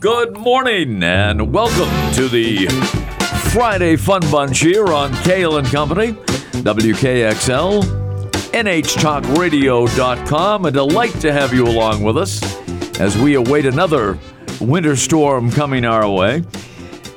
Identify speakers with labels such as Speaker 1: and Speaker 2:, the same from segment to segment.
Speaker 1: Good morning and welcome to the Friday Fun Bunch here on Kale and Company, WKXL, NHTalkRadio.com. A delight to have you along with us as we await another winter storm coming our way.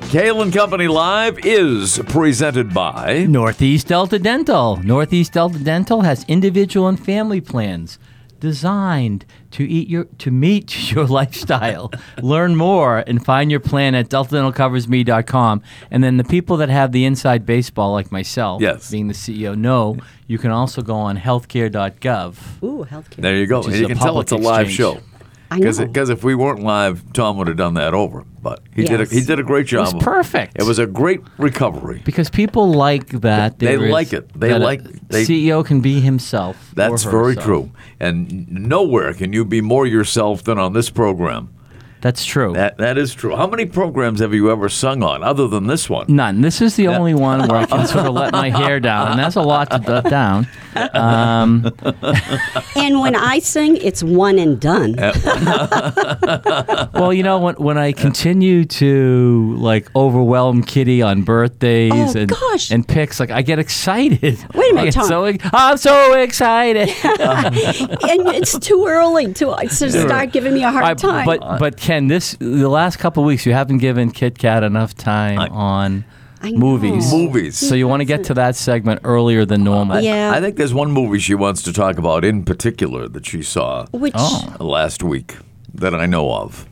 Speaker 1: Kale and Company Live is presented by
Speaker 2: Northeast Delta Dental. Northeast Delta Dental has individual and family plans designed to eat your to meet your lifestyle. Learn more and find your plan at deltadentalcoversme.com. And then the people that have the inside baseball, like myself,
Speaker 1: Yes.
Speaker 2: being the CEO, know you can also go on healthcare.gov.
Speaker 3: Ooh, healthcare.
Speaker 1: There you go.
Speaker 2: is
Speaker 1: You
Speaker 2: a
Speaker 1: can tell
Speaker 2: public
Speaker 1: it's a live
Speaker 2: exchange.
Speaker 1: show.
Speaker 3: I
Speaker 1: Because
Speaker 3: know.
Speaker 1: if we weren't live, Tom would have done that over. But he did a,
Speaker 3: Yes.
Speaker 1: he did a great job.
Speaker 2: was perfect.
Speaker 1: It was a great recovery.
Speaker 2: Because people like that.
Speaker 1: They
Speaker 2: there is-
Speaker 1: like it. They
Speaker 2: that a
Speaker 1: like- they-
Speaker 2: CEO can be himself. or
Speaker 1: That's very
Speaker 2: herself.
Speaker 1: true. And nowhere can you be more yourself than on this program.
Speaker 2: That's true.
Speaker 1: That that is true. How many programs have you ever sung on other than this
Speaker 3: Mm.
Speaker 1: one?
Speaker 2: None. This is the only one where I can sort of let my hair down, and that's a lot to let down. Um,
Speaker 3: And when I sing, it's one and done.
Speaker 2: well, you know, when, when I continue to like overwhelm Kitty on birthdays
Speaker 3: Oh,
Speaker 2: and
Speaker 3: gosh.
Speaker 2: and picks, like I get excited.
Speaker 3: Wait a minute,
Speaker 2: I get
Speaker 3: Tom.
Speaker 2: So, ex- I'm so excited.
Speaker 3: and it's too early to, uh, to start giving me a hard
Speaker 2: I-
Speaker 3: time.
Speaker 2: but but Ken, this the last couple weeks you haven't given Kit Kat enough time on
Speaker 3: I know.
Speaker 2: movies.
Speaker 1: Movies.
Speaker 2: So you want to get to that segment earlier than normal.
Speaker 3: yeah,
Speaker 1: I think there's one movie she wants to talk about in particular that she saw
Speaker 3: which
Speaker 2: Oh.
Speaker 1: last week that I know of.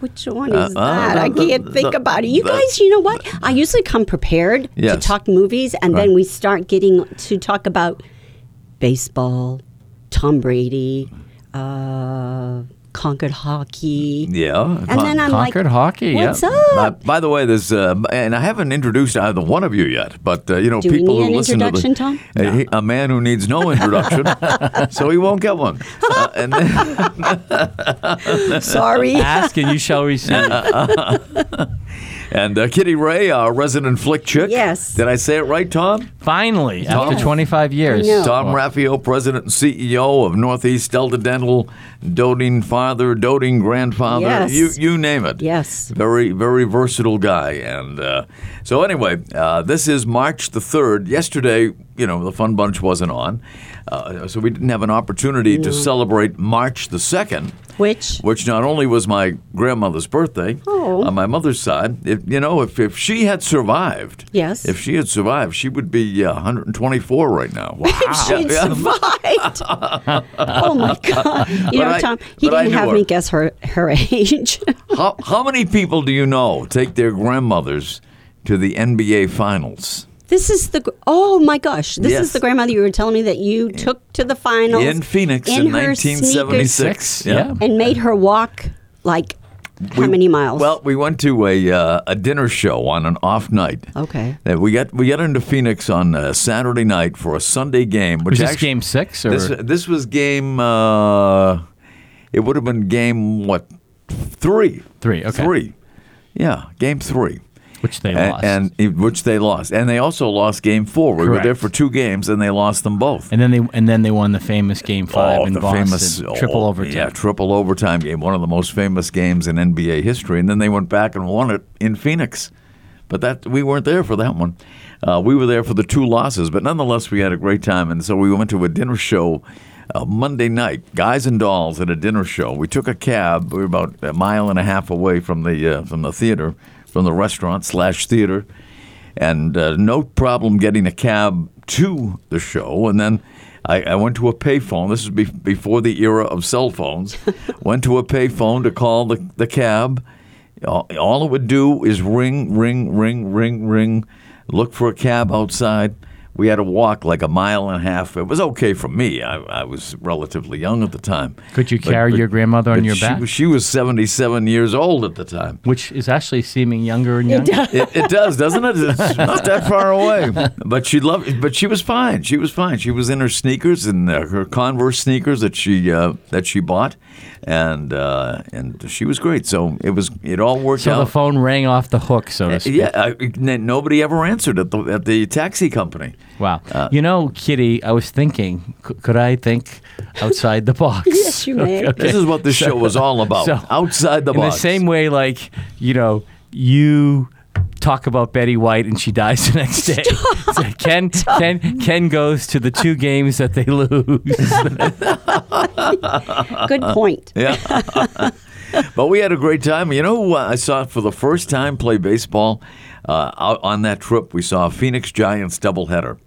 Speaker 3: which one is
Speaker 1: Uh, uh,
Speaker 3: that? I
Speaker 1: the- the-
Speaker 3: can't think
Speaker 1: the-
Speaker 3: about it. You
Speaker 1: the-
Speaker 3: guys, you know what? I usually come prepared to
Speaker 1: Yes.
Speaker 3: talk movies, and then we start getting to talk about baseball, Tom Brady, uh, Concord hockey,
Speaker 1: Yeah.
Speaker 3: and then I'm
Speaker 2: Concord
Speaker 3: like,
Speaker 2: hockey, yeah.
Speaker 3: What's up?
Speaker 1: Uh, by the way, there's uh, and I haven't introduced either one of you yet, but uh, you know
Speaker 3: Do we
Speaker 1: people
Speaker 3: need
Speaker 1: who
Speaker 3: an
Speaker 1: listen to the,
Speaker 3: introduction, Tom?
Speaker 1: A, he- a man who needs no introduction, so he won't get one. Uh, and then,
Speaker 3: Sorry.
Speaker 2: Ask and you shall receive.
Speaker 1: and uh, Kitty Ray, our resident flick chick.
Speaker 3: Yes.
Speaker 1: Did I say it right, Tom?
Speaker 2: Finally,
Speaker 1: Yes.
Speaker 2: after 25 years.
Speaker 3: know.
Speaker 1: Tom Raffio, president and CEO of Northeast Delta Dental, doting father, doting grandfather,
Speaker 3: Yes.
Speaker 1: you you name it.
Speaker 3: Yes.
Speaker 1: Very very versatile guy, and uh, so anyway, uh, this is March the third. Yesterday, you know, the Fun Bunch wasn't on, uh, so we didn't have an opportunity to celebrate March the second.
Speaker 3: Which
Speaker 1: Which not only was my grandmother's birthday
Speaker 3: Oh.
Speaker 1: on my mother's side, if, you know, if, if she had survived,
Speaker 3: Yes.
Speaker 1: if she had survived, she would be uh, 124 right now.
Speaker 3: if she'd survived. oh my God. You
Speaker 1: But
Speaker 3: know,
Speaker 1: I-
Speaker 3: Tom, he
Speaker 1: but I
Speaker 3: didn't
Speaker 1: knew
Speaker 3: have
Speaker 1: her.
Speaker 3: me guess her, her age.
Speaker 1: How, how many people do you know take their grandmothers to the NBA Finals?
Speaker 3: this is the, gr- oh my gosh, this
Speaker 1: Yes.
Speaker 3: is the grandmother you were telling me that you took to the finals
Speaker 1: In Phoenix in
Speaker 3: her
Speaker 1: 1976.
Speaker 2: Six,
Speaker 1: Yeah.
Speaker 2: yeah.
Speaker 3: sneakers And made her walk like how many miles?
Speaker 1: Well, we went to a uh, a dinner show on an off night.
Speaker 3: Okay.
Speaker 1: Uh, we got we got into Phoenix on a Saturday night for a Sunday game, which
Speaker 2: Was this
Speaker 1: actually-
Speaker 2: game six or
Speaker 1: This this was game. Uh, it would have been game what three?
Speaker 2: Three, okay.
Speaker 1: Three. Yeah, game three.
Speaker 2: which they
Speaker 1: A-
Speaker 2: lost?
Speaker 1: uh, And, which they lost, and they also lost game four. We were there
Speaker 2: Correct.
Speaker 1: for two games, and they lost them both.
Speaker 2: And then they and then they won the famous game five
Speaker 1: Oh,
Speaker 2: in
Speaker 1: the
Speaker 2: Boston,
Speaker 1: famous
Speaker 2: triple
Speaker 1: oh,
Speaker 2: overtime.
Speaker 1: Yeah, triple overtime game, one of the most famous games in NBA history. And then they went back and won it in Phoenix. But that we weren't there for that one. Uh, we were there for the two losses, but nonetheless, we had a great time. And so we went to a dinner show uh, Monday night, guys and dolls at a dinner show. We took a cab. We were about a mile and a half away from the uh, from the theater, from the restaurant slash theater and uh, no problem getting a cab to the show. And then I, I went to a payphone. This is be- before the era of cell phones. went to a payphone to call the, the cab. All, all it would do is ring, ring, ring, ring, ring. Look for a cab outside. We had to walk like a mile and a half. It was okay for me. I, I was relatively young at the time.
Speaker 2: Could you carry your grandmother on
Speaker 1: but
Speaker 2: your
Speaker 1: she,
Speaker 2: back?
Speaker 1: She was 77 years old at the time.
Speaker 2: which is actually seeming younger and younger.
Speaker 1: It, it does, doesn't it? It's not that far away. But she loved. But she was fine. She was fine. She was in her sneakers and uh, her Converse sneakers that she uh, that she bought, and uh, and she was great. So it was. It all worked
Speaker 2: So the
Speaker 1: out. Uh,
Speaker 2: phone rang off the hook, so to speak.
Speaker 1: yeah, I, n- nobody ever answered at the at the taxi company.
Speaker 2: Wow.
Speaker 1: Uh,
Speaker 2: you know, Kitty, I was thinking, c- could I think outside the box?
Speaker 3: Yes, you may.
Speaker 1: This is what this show was all about.
Speaker 2: So,
Speaker 1: outside the
Speaker 2: In
Speaker 1: box.
Speaker 2: the same way, like, you know, you talk about Betty White and she dies the next day. So Ken, Ken, Ken goes to the two games that they lose.
Speaker 3: Good point.
Speaker 1: Yeah. but we had a great time. You know, who, uh, I saw for the first time play baseball uh, out on that trip. We saw a Phoenix Giants doubleheader,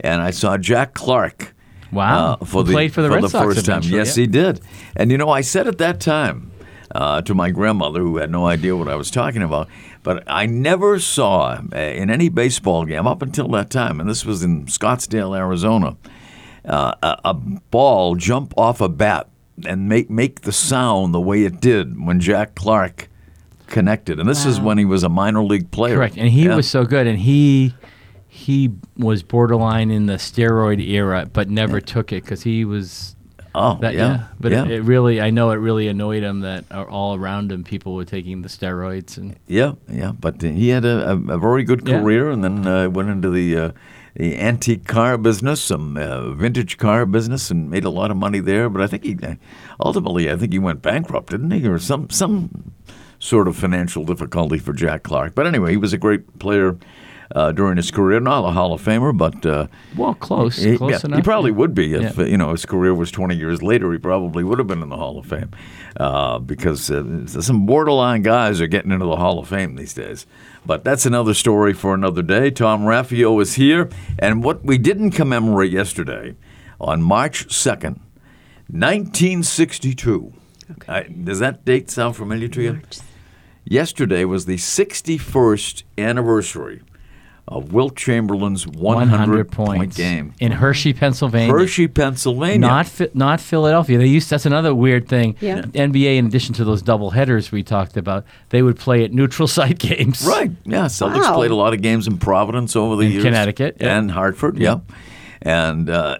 Speaker 1: and I saw Jack Clark.
Speaker 2: Wow.
Speaker 1: uh, for
Speaker 2: Who
Speaker 1: the
Speaker 2: played for the Red Sox
Speaker 1: first time.
Speaker 2: eventually,
Speaker 1: Yes,
Speaker 2: yeah.
Speaker 1: he did. And you know, I said at that time uh, to my grandmother, who had no idea what I was talking about, but I never saw uh, in any baseball game up until that time, and this was in Scottsdale, Arizona, uh, a, a ball jump off a bat and make make the sound the way it did when Jack Clark connected. And this is when he was a minor league player.
Speaker 2: Correct. And he
Speaker 1: Yeah.
Speaker 2: was so good. And he he was borderline in the steroid era, but never took it because he was.
Speaker 1: Oh,
Speaker 2: That,
Speaker 1: yeah.
Speaker 2: yeah. But
Speaker 1: yeah.
Speaker 2: It, it really, I know it really annoyed him that uh, all around him people were taking the steroids. And
Speaker 1: Yeah, yeah, but uh, he had a, a, a very good
Speaker 2: Yeah.
Speaker 1: career, and then uh, went into the uh, the antique car business, some uh, vintage car business, and made a lot of money there. But I think he uh, ultimately, I think he went bankrupt, didn't he, or some some sort of financial difficulty for Jack Clark. But anyway, he was a great player uh, during his career, not a Hall of Famer, but. Uh,
Speaker 2: well, close,
Speaker 1: he,
Speaker 2: close
Speaker 1: yeah,
Speaker 2: enough.
Speaker 1: he probably would be if
Speaker 2: Yeah.
Speaker 1: uh, you know his career was 20 years later. He probably would have been in the Hall of Fame uh, because uh, some borderline guys are getting into the Hall of Fame these days. But that's another story for another day. Tom Raffio is here, and what we didn't commemorate yesterday on March 2nd, 1962.
Speaker 3: Okay.
Speaker 1: I- does that date sound familiar to you?
Speaker 3: March.
Speaker 1: Yesterday was the 61st anniversary of Wilt Chamberlain's 100, point game.
Speaker 2: in Hershey, Pennsylvania.
Speaker 1: Hershey, Pennsylvania.
Speaker 2: Not Phi- not Philadelphia. They used that's another weird thing.
Speaker 3: Yeah.
Speaker 2: NBA, in addition to those double headers we talked about, they would play at neutral site games.
Speaker 1: right. Yeah, Celtics
Speaker 3: Wow.
Speaker 1: played a lot of games in Providence over the
Speaker 2: In
Speaker 1: years.
Speaker 2: Connecticut, yeah.
Speaker 1: and Hartford. Yeah, and uh,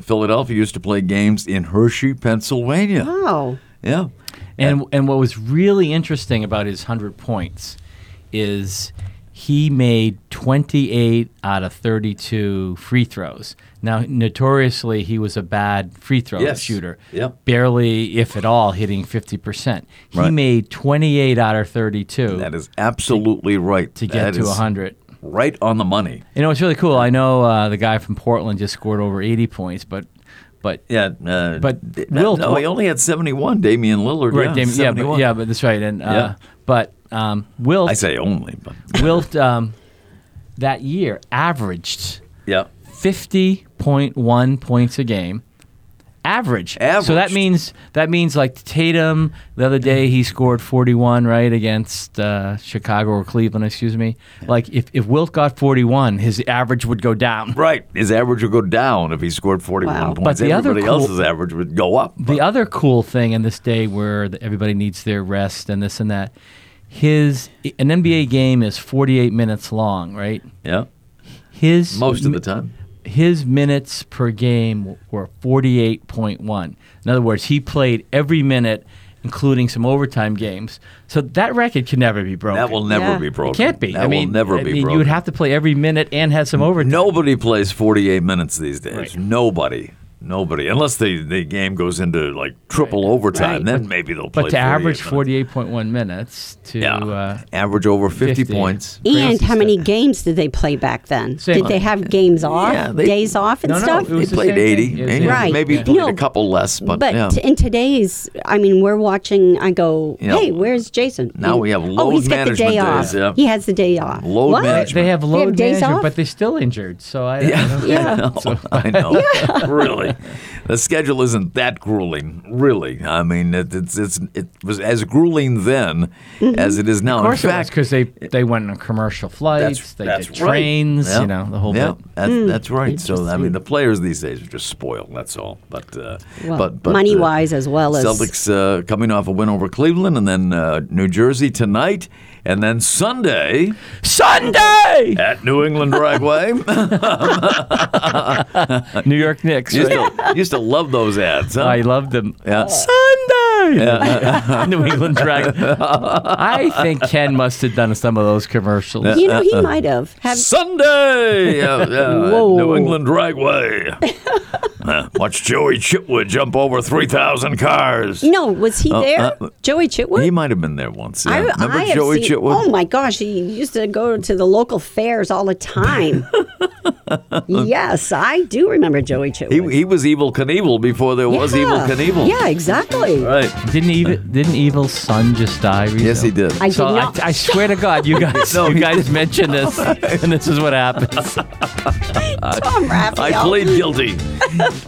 Speaker 1: Philadelphia used to play games in Hershey, Pennsylvania.
Speaker 3: Wow.
Speaker 1: Yeah,
Speaker 2: And and what was really interesting about his hundred points is he made twenty eight out of thirty two free throws. Now notoriously he was a bad free throw
Speaker 1: Yes.
Speaker 2: shooter.
Speaker 1: Yep.
Speaker 2: Barely, if at all, hitting fifty percent. He
Speaker 1: Right.
Speaker 2: made twenty eight out of thirty two
Speaker 1: that is absolutely right.
Speaker 2: to get
Speaker 1: That
Speaker 2: to
Speaker 1: is
Speaker 2: hundred.
Speaker 1: right on the money.
Speaker 2: You know, it's really cool. I know uh, the guy from Portland just scored over 80 points, but but
Speaker 1: Yeah, uh,
Speaker 2: But
Speaker 1: th-
Speaker 2: Wilt-
Speaker 1: no, he only had seventy-one. Damian Lillard,
Speaker 2: right,
Speaker 1: yeah,
Speaker 2: Damon- yeah, but,
Speaker 1: 71.
Speaker 2: yeah, but that's right. And uh,
Speaker 1: Yeah.
Speaker 2: but um, Wilt
Speaker 1: I say only, but
Speaker 2: Wilt um, that year averaged
Speaker 1: yeah.
Speaker 2: 50.1 points a game. Average. So that
Speaker 1: Averaged.
Speaker 2: means that means like Tatum the other day he scored 41 right against uh, Chicago or Cleveland, excuse me. Like if if Wilt got 41, his average would go down.
Speaker 1: Right. His average would go down if he scored 41
Speaker 3: Wow.
Speaker 1: points.
Speaker 3: But
Speaker 2: the other
Speaker 1: Everybody
Speaker 2: cool-
Speaker 1: else's average would go up.
Speaker 2: The other cool thing in this day where the, everybody needs their rest and this and that, his an NBA game is 48 minutes long, right?
Speaker 1: yeah.
Speaker 2: His
Speaker 1: Most of
Speaker 2: mi-
Speaker 1: the time.
Speaker 2: his minutes per game were 48.1. In other words, he played every minute, including some overtime games. So that record can never be broken.
Speaker 1: That will never
Speaker 3: Yeah.
Speaker 1: be
Speaker 3: It
Speaker 1: broken.
Speaker 2: It can't be.
Speaker 1: That
Speaker 2: I mean,
Speaker 1: will never
Speaker 2: I
Speaker 1: be
Speaker 2: mean,
Speaker 1: broken.
Speaker 2: You would have to play every minute and have some overtime.
Speaker 1: Nobody plays 48 minutes these days.
Speaker 2: Right.
Speaker 1: Nobody. Nobody. Unless the, the game goes into like triple overtime,
Speaker 3: Right.
Speaker 1: then maybe they'll play
Speaker 2: But to average
Speaker 1: 48
Speaker 2: 48.1 minutes to
Speaker 1: minutes. Yeah.
Speaker 2: uh,
Speaker 1: average over 50,
Speaker 2: 50.
Speaker 1: points.
Speaker 3: And
Speaker 2: Crazy
Speaker 3: how many
Speaker 2: stuff.
Speaker 3: games did they play back then?
Speaker 2: Same.
Speaker 3: Did they have games off,
Speaker 1: Yeah, they-
Speaker 3: days off, and
Speaker 2: No, no, it was
Speaker 3: stuff?
Speaker 1: They
Speaker 2: the same
Speaker 1: played
Speaker 2: thing.
Speaker 1: 80.
Speaker 2: It was
Speaker 1: Maybe,
Speaker 2: the-
Speaker 3: Right.
Speaker 1: maybe
Speaker 3: Yeah.
Speaker 1: played
Speaker 3: No,
Speaker 1: a couple less, but,
Speaker 3: but
Speaker 1: yeah.
Speaker 3: t- in today's, I mean, we're watching. I go,
Speaker 1: Yeah.
Speaker 3: hey, where's Jason?
Speaker 1: Now we have
Speaker 3: oh,
Speaker 1: load
Speaker 3: he's got the day
Speaker 1: management
Speaker 3: off.
Speaker 1: days, yeah.
Speaker 3: He has the day off.
Speaker 1: Load
Speaker 3: what?
Speaker 1: management.
Speaker 2: They have load
Speaker 3: days
Speaker 2: management,
Speaker 3: off?
Speaker 2: but they're still injured. So I, I
Speaker 1: Yeah,
Speaker 2: don't
Speaker 3: Yeah.
Speaker 1: I know. I know. Really, the schedule isn't that grueling. Really, I mean, it, it's it's it was as grueling then as it is now.
Speaker 2: Mm-hmm. Of course
Speaker 1: In
Speaker 2: it was
Speaker 1: fact,
Speaker 2: because they they went on commercial flights,
Speaker 1: that's
Speaker 2: they
Speaker 1: that's
Speaker 2: did
Speaker 1: right.
Speaker 2: trains,
Speaker 1: Yeah.
Speaker 2: you know, the whole
Speaker 1: yeah,
Speaker 2: bit.
Speaker 1: That's,
Speaker 3: Hmm.
Speaker 1: that's right. So I mean, the players these days are just spoiled. That's all. But uh,
Speaker 3: Well,
Speaker 1: but, but
Speaker 3: money
Speaker 1: uh,
Speaker 3: wise as well as
Speaker 1: Celtics uh, coming off a win over Cleveland, and then uh, New Jersey tonight, and then Sunday
Speaker 2: Sunday,
Speaker 1: at New England Dragway.
Speaker 2: New York Knicks.
Speaker 1: used,
Speaker 2: right?
Speaker 1: to, used to love those ads. Huh?
Speaker 2: I loved them.
Speaker 3: Oh.
Speaker 1: Yeah.
Speaker 2: Sunday. New England Dragon. I think Ken must have done some of those commercials.
Speaker 1: uh,
Speaker 3: You know, he might have. Have
Speaker 1: Sunday, uh, uh,
Speaker 3: Whoa.
Speaker 1: New England Dragway. Uh, watch Joey Chitwood jump over three thousand cars.
Speaker 3: no, was he there?
Speaker 1: uh,
Speaker 3: Joey Chitwood.
Speaker 1: He might have been there once. Yeah.
Speaker 3: I,
Speaker 1: Remember
Speaker 3: I have
Speaker 1: Joey
Speaker 3: seen-
Speaker 1: Chitwood?
Speaker 3: Oh my gosh, he used to go to the local fairs all the time. yes, I do remember Joey Chitwood.
Speaker 1: he, he was Evil Knievel before there was
Speaker 3: Yeah.
Speaker 1: Evil Knievel.
Speaker 3: Yeah, exactly.
Speaker 1: Right.
Speaker 2: Didn't even didn't Evil's son just die recently?
Speaker 1: Yes, he did.
Speaker 3: I
Speaker 2: So
Speaker 3: did
Speaker 2: I,
Speaker 3: not.
Speaker 2: I swear to God, you guys,
Speaker 1: No,
Speaker 2: you
Speaker 1: he
Speaker 2: guys mentioned this, and this is what happens.
Speaker 3: Tom Raphael.
Speaker 1: I plead guilty.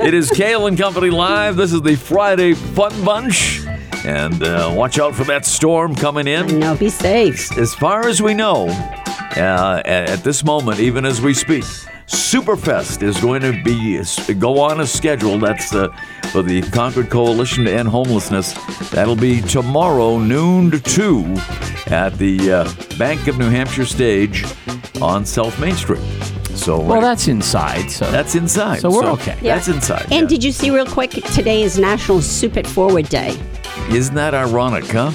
Speaker 1: it is Kale and Company Live. This is the Friday Fun Bunch. And uh, watch out for that storm coming in.
Speaker 3: No, be safe.
Speaker 1: As far as we know, uh, a- at this moment, even as we speak, Superfest is going to be go on a schedule. That's uh, for the Concord Coalition to End Homelessness. That'll be tomorrow noon to two at the uh, Bank of New Hampshire stage on South Main Street. So
Speaker 2: Well,
Speaker 1: uh,
Speaker 2: that's inside. So
Speaker 1: that's inside.
Speaker 2: So we're okay.
Speaker 3: Yeah.
Speaker 1: That's inside.
Speaker 3: And
Speaker 1: yeah.
Speaker 3: did you see real quick? Today is National Soup It Forward Day.
Speaker 1: Isn't that ironic, huh?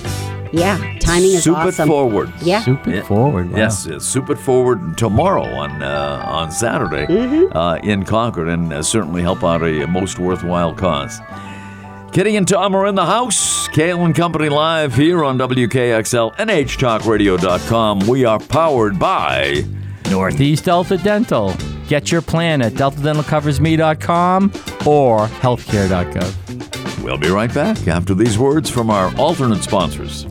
Speaker 3: Yeah, timing is
Speaker 1: soup
Speaker 3: awesome.
Speaker 1: it forward.
Speaker 3: Yeah.
Speaker 2: super
Speaker 1: Yeah.
Speaker 2: forward. Wow.
Speaker 1: Yes, uh, soup it forward tomorrow on uh, on Saturday uh, in Concord, and uh, certainly help out a most worthwhile cause. Kitty and Tom are in the house. Kale and Company live here on WKXL and HTalkRadio.com. We are powered by.
Speaker 2: Northeast Delta Dental. Get your plan at deltadentalcoversme.com or healthcare.gov.
Speaker 1: We'll be right back after these words from our alternate sponsors.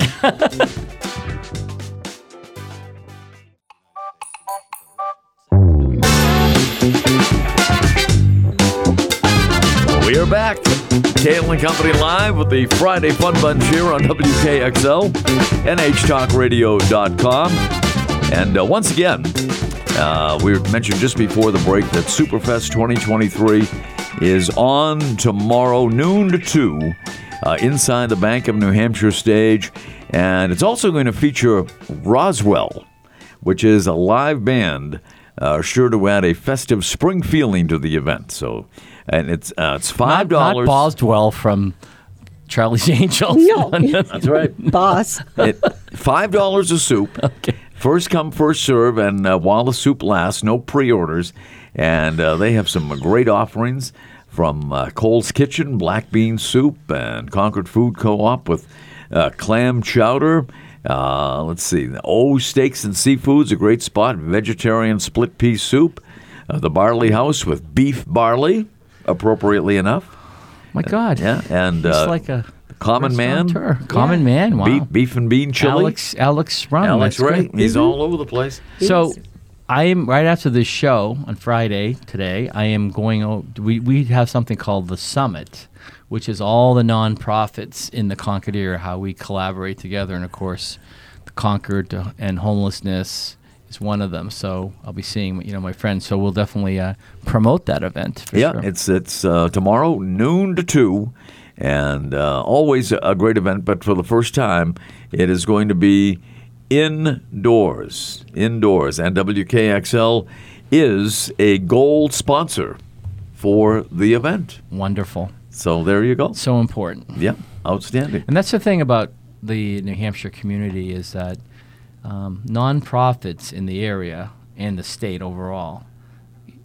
Speaker 1: We are back. Kale and Company live with the Friday Fun Bunch here on WKXL, NHTalkRadio.com. And uh, once again, uh, we mentioned just before the break that Superfest 2023 is on tomorrow, noon to 2, uh, inside the Bank of New Hampshire stage. And it's also going to feature Roswell, which is a live band. Uh, sure to add a festive spring feeling to the event. So, and it's uh, it's five
Speaker 2: Not, not
Speaker 1: dollars.
Speaker 2: Paul's Dwell from Charlie's Angels.
Speaker 3: No.
Speaker 1: That's right.
Speaker 3: Boss.
Speaker 1: It, Five dollars a soup. First come, first serve, and uh, while the soup lasts, no pre-orders. And uh, they have some great offerings from uh, Cole's Kitchen, black bean soup, and Concord Food Co-op with uh, clam chowder. Uh, let's see, O Steaks and Seafoods, a great spot. Vegetarian split pea soup. Uh, the Barley House with beef barley, appropriately enough.
Speaker 2: My God.
Speaker 1: Yeah, and
Speaker 2: It's
Speaker 1: uh,
Speaker 2: like a
Speaker 1: Common Man,
Speaker 2: restaurateur. Common man. Wow.
Speaker 1: beef, beef and bean chili.
Speaker 2: Alex Alex Rum.
Speaker 1: Alex
Speaker 2: Oh, That's
Speaker 1: Ray.
Speaker 2: great.
Speaker 1: He's all over the place.
Speaker 2: So I am right after this show on Friday today. I am going. o- We we have something called the Summit, which is all the nonprofits in the Concord area how we collaborate together, and of course, the Concord uh, and homelessness is one of them. So I'll be seeing you know my friends. So we'll definitely uh, promote that event. For
Speaker 1: yeah,
Speaker 2: sure.
Speaker 1: it's it's uh, tomorrow noon to two, and uh, always a- a great event. But for the first time, it is going to be indoors. Indoors, and WKXL is a gold sponsor for the event.
Speaker 2: wonderful.
Speaker 1: So there you go.
Speaker 2: So important.
Speaker 1: Yeah, outstanding.
Speaker 2: And that's the thing about the New Hampshire community is that um, nonprofits in the area and the state overall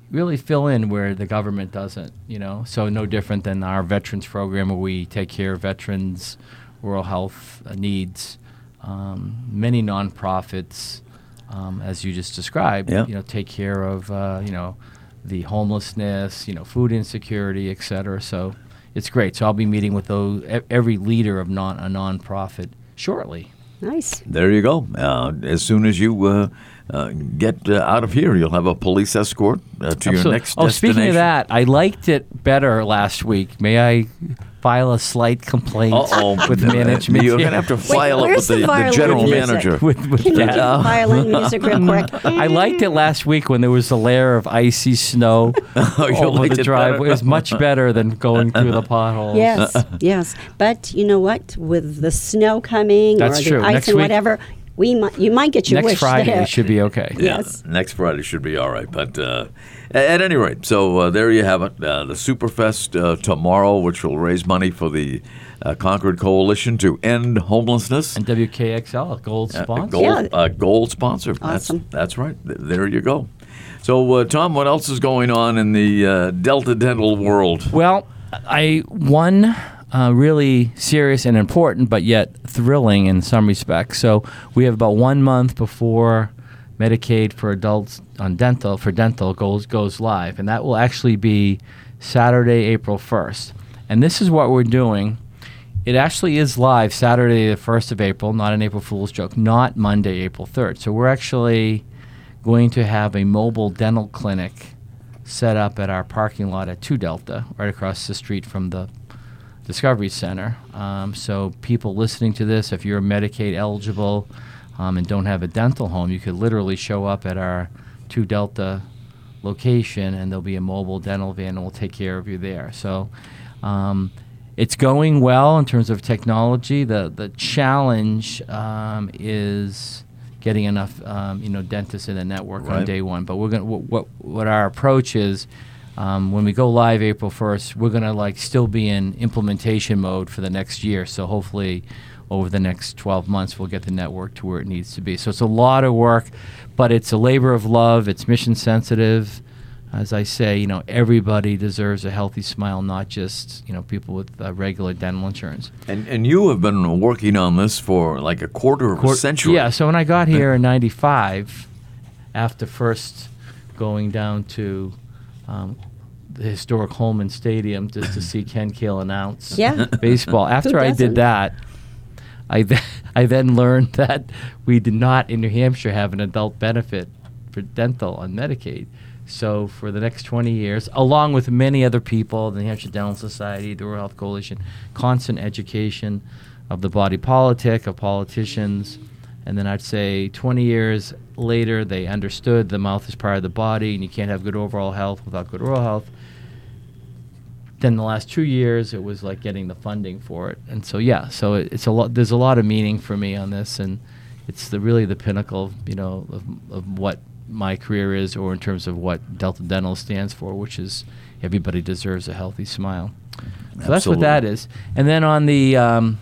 Speaker 2: really fill in where the government doesn't, you know? So no different than our veterans program where we take care of veterans' rural health uh, needs. Um, many nonprofits, um, as you just described,
Speaker 1: Yeah.
Speaker 2: you know, take care of, uh, you know, the homelessness, you know, food insecurity, et cetera. So it's great. So I'll be meeting with those, e- every leader of non, a nonprofit shortly.
Speaker 3: Nice.
Speaker 1: There you go. Uh, as soon as you uh, uh, get uh, out of here, you'll have a police escort uh, to your
Speaker 2: Absolutely.
Speaker 1: next
Speaker 2: oh,
Speaker 1: destination.
Speaker 2: speaking of that, I liked it better last week. May I file a slight complaint
Speaker 1: Uh-oh.
Speaker 2: with
Speaker 1: Uh,
Speaker 2: management?
Speaker 1: You're going to have to file up with
Speaker 3: where's
Speaker 1: the,
Speaker 3: the
Speaker 1: the
Speaker 3: violin
Speaker 1: general
Speaker 3: music?
Speaker 1: manager.
Speaker 2: with, with
Speaker 3: Can we
Speaker 2: that.
Speaker 3: do violin music real quick?
Speaker 2: I liked it last week when there was a layer of icy snow
Speaker 1: Oh, you
Speaker 2: over
Speaker 1: liked
Speaker 2: the
Speaker 1: it
Speaker 2: driveway.
Speaker 1: better.
Speaker 2: It was much better than going through the Uh, potholes.
Speaker 3: Yes, yes. But you know what? With the snow coming
Speaker 2: That's
Speaker 3: or the
Speaker 2: true.
Speaker 3: ice
Speaker 2: Next
Speaker 3: and
Speaker 2: week-
Speaker 3: whatever, we might, you might get your
Speaker 2: Next
Speaker 3: wish
Speaker 2: Friday
Speaker 3: there.
Speaker 2: it should be okay.
Speaker 1: Yeah,
Speaker 3: Yes.
Speaker 1: next Friday should be all right. But uh, a- at any rate, so uh, there you have it. Uh, the Superfest uh, tomorrow, which will raise money for the uh, Concord Coalition to end homelessness.
Speaker 2: And WKXL, a gold
Speaker 1: Uh,
Speaker 2: sponsor.
Speaker 1: gold,
Speaker 3: Yeah.
Speaker 1: uh, gold sponsor.
Speaker 3: Awesome.
Speaker 1: That's, that's right. Th- There you go. So, uh, Tom, what else is going on in the uh, Delta Dental world?
Speaker 2: Well, I one uh, really serious and important, but yet thrilling in some respects. So we have about one month before Medicaid for adults on dental for dental goes goes live, and that will actually be Saturday, April first. And this is what we're doing. It actually is live Saturday, the first of April, not an April Fool's joke, not Monday, April third. So we're actually going to have a mobile dental clinic set up at our parking lot at 2 Delta, right across the street from the Discovery Center. Um, so, people listening to this, if you're Medicaid eligible um, and don't have a dental home, you could literally show up at our 2 Delta location and there'll be a mobile dental van and we'll take care of you there. So, um, it's going well in terms of technology. The, the challenge um, is getting enough um, you know dentists in the network on
Speaker 1: Right.
Speaker 2: day one. But we're gonna what what, what our approach is um, when we go live April first, we're gonna like still be in implementation mode for the next year. So hopefully, over the next twelve months, we'll get the network to where it needs to be. So it's a lot of work, but it's a labor of love. It's mission sensitive. As I say, you know, everybody deserves a healthy smile, not just you know people with uh, regular dental insurance.
Speaker 1: And, and you have been working on this for like a quarter of a
Speaker 2: Court-
Speaker 1: century.
Speaker 2: Yeah, so when I got here in '95, after first going down to um, the historic Holman Stadium just to see Ken Kale announce
Speaker 3: Yeah.
Speaker 2: baseball, after I
Speaker 3: doesn't?
Speaker 2: did that, I then, I then learned that we did not in New Hampshire have an adult benefit for dental on Medicaid. So for the next 20 years, along with many other people, the New Hampshire Dental Society, the Rural Health Coalition, constant education of the body politic, of politicians, and then I'd say 20 years later, they understood the mouth is part of the body, and you can't have good overall health without good oral health then the last two years it was like getting the funding for it and so yeah so it, it's a lot there's a lot of meaning for me on this and it's the really the pinnacle you know of, of what my career is or in terms of what delta dental stands for which is everybody deserves a healthy smile so that's what
Speaker 1: Absolutely.
Speaker 2: that is and then on the um,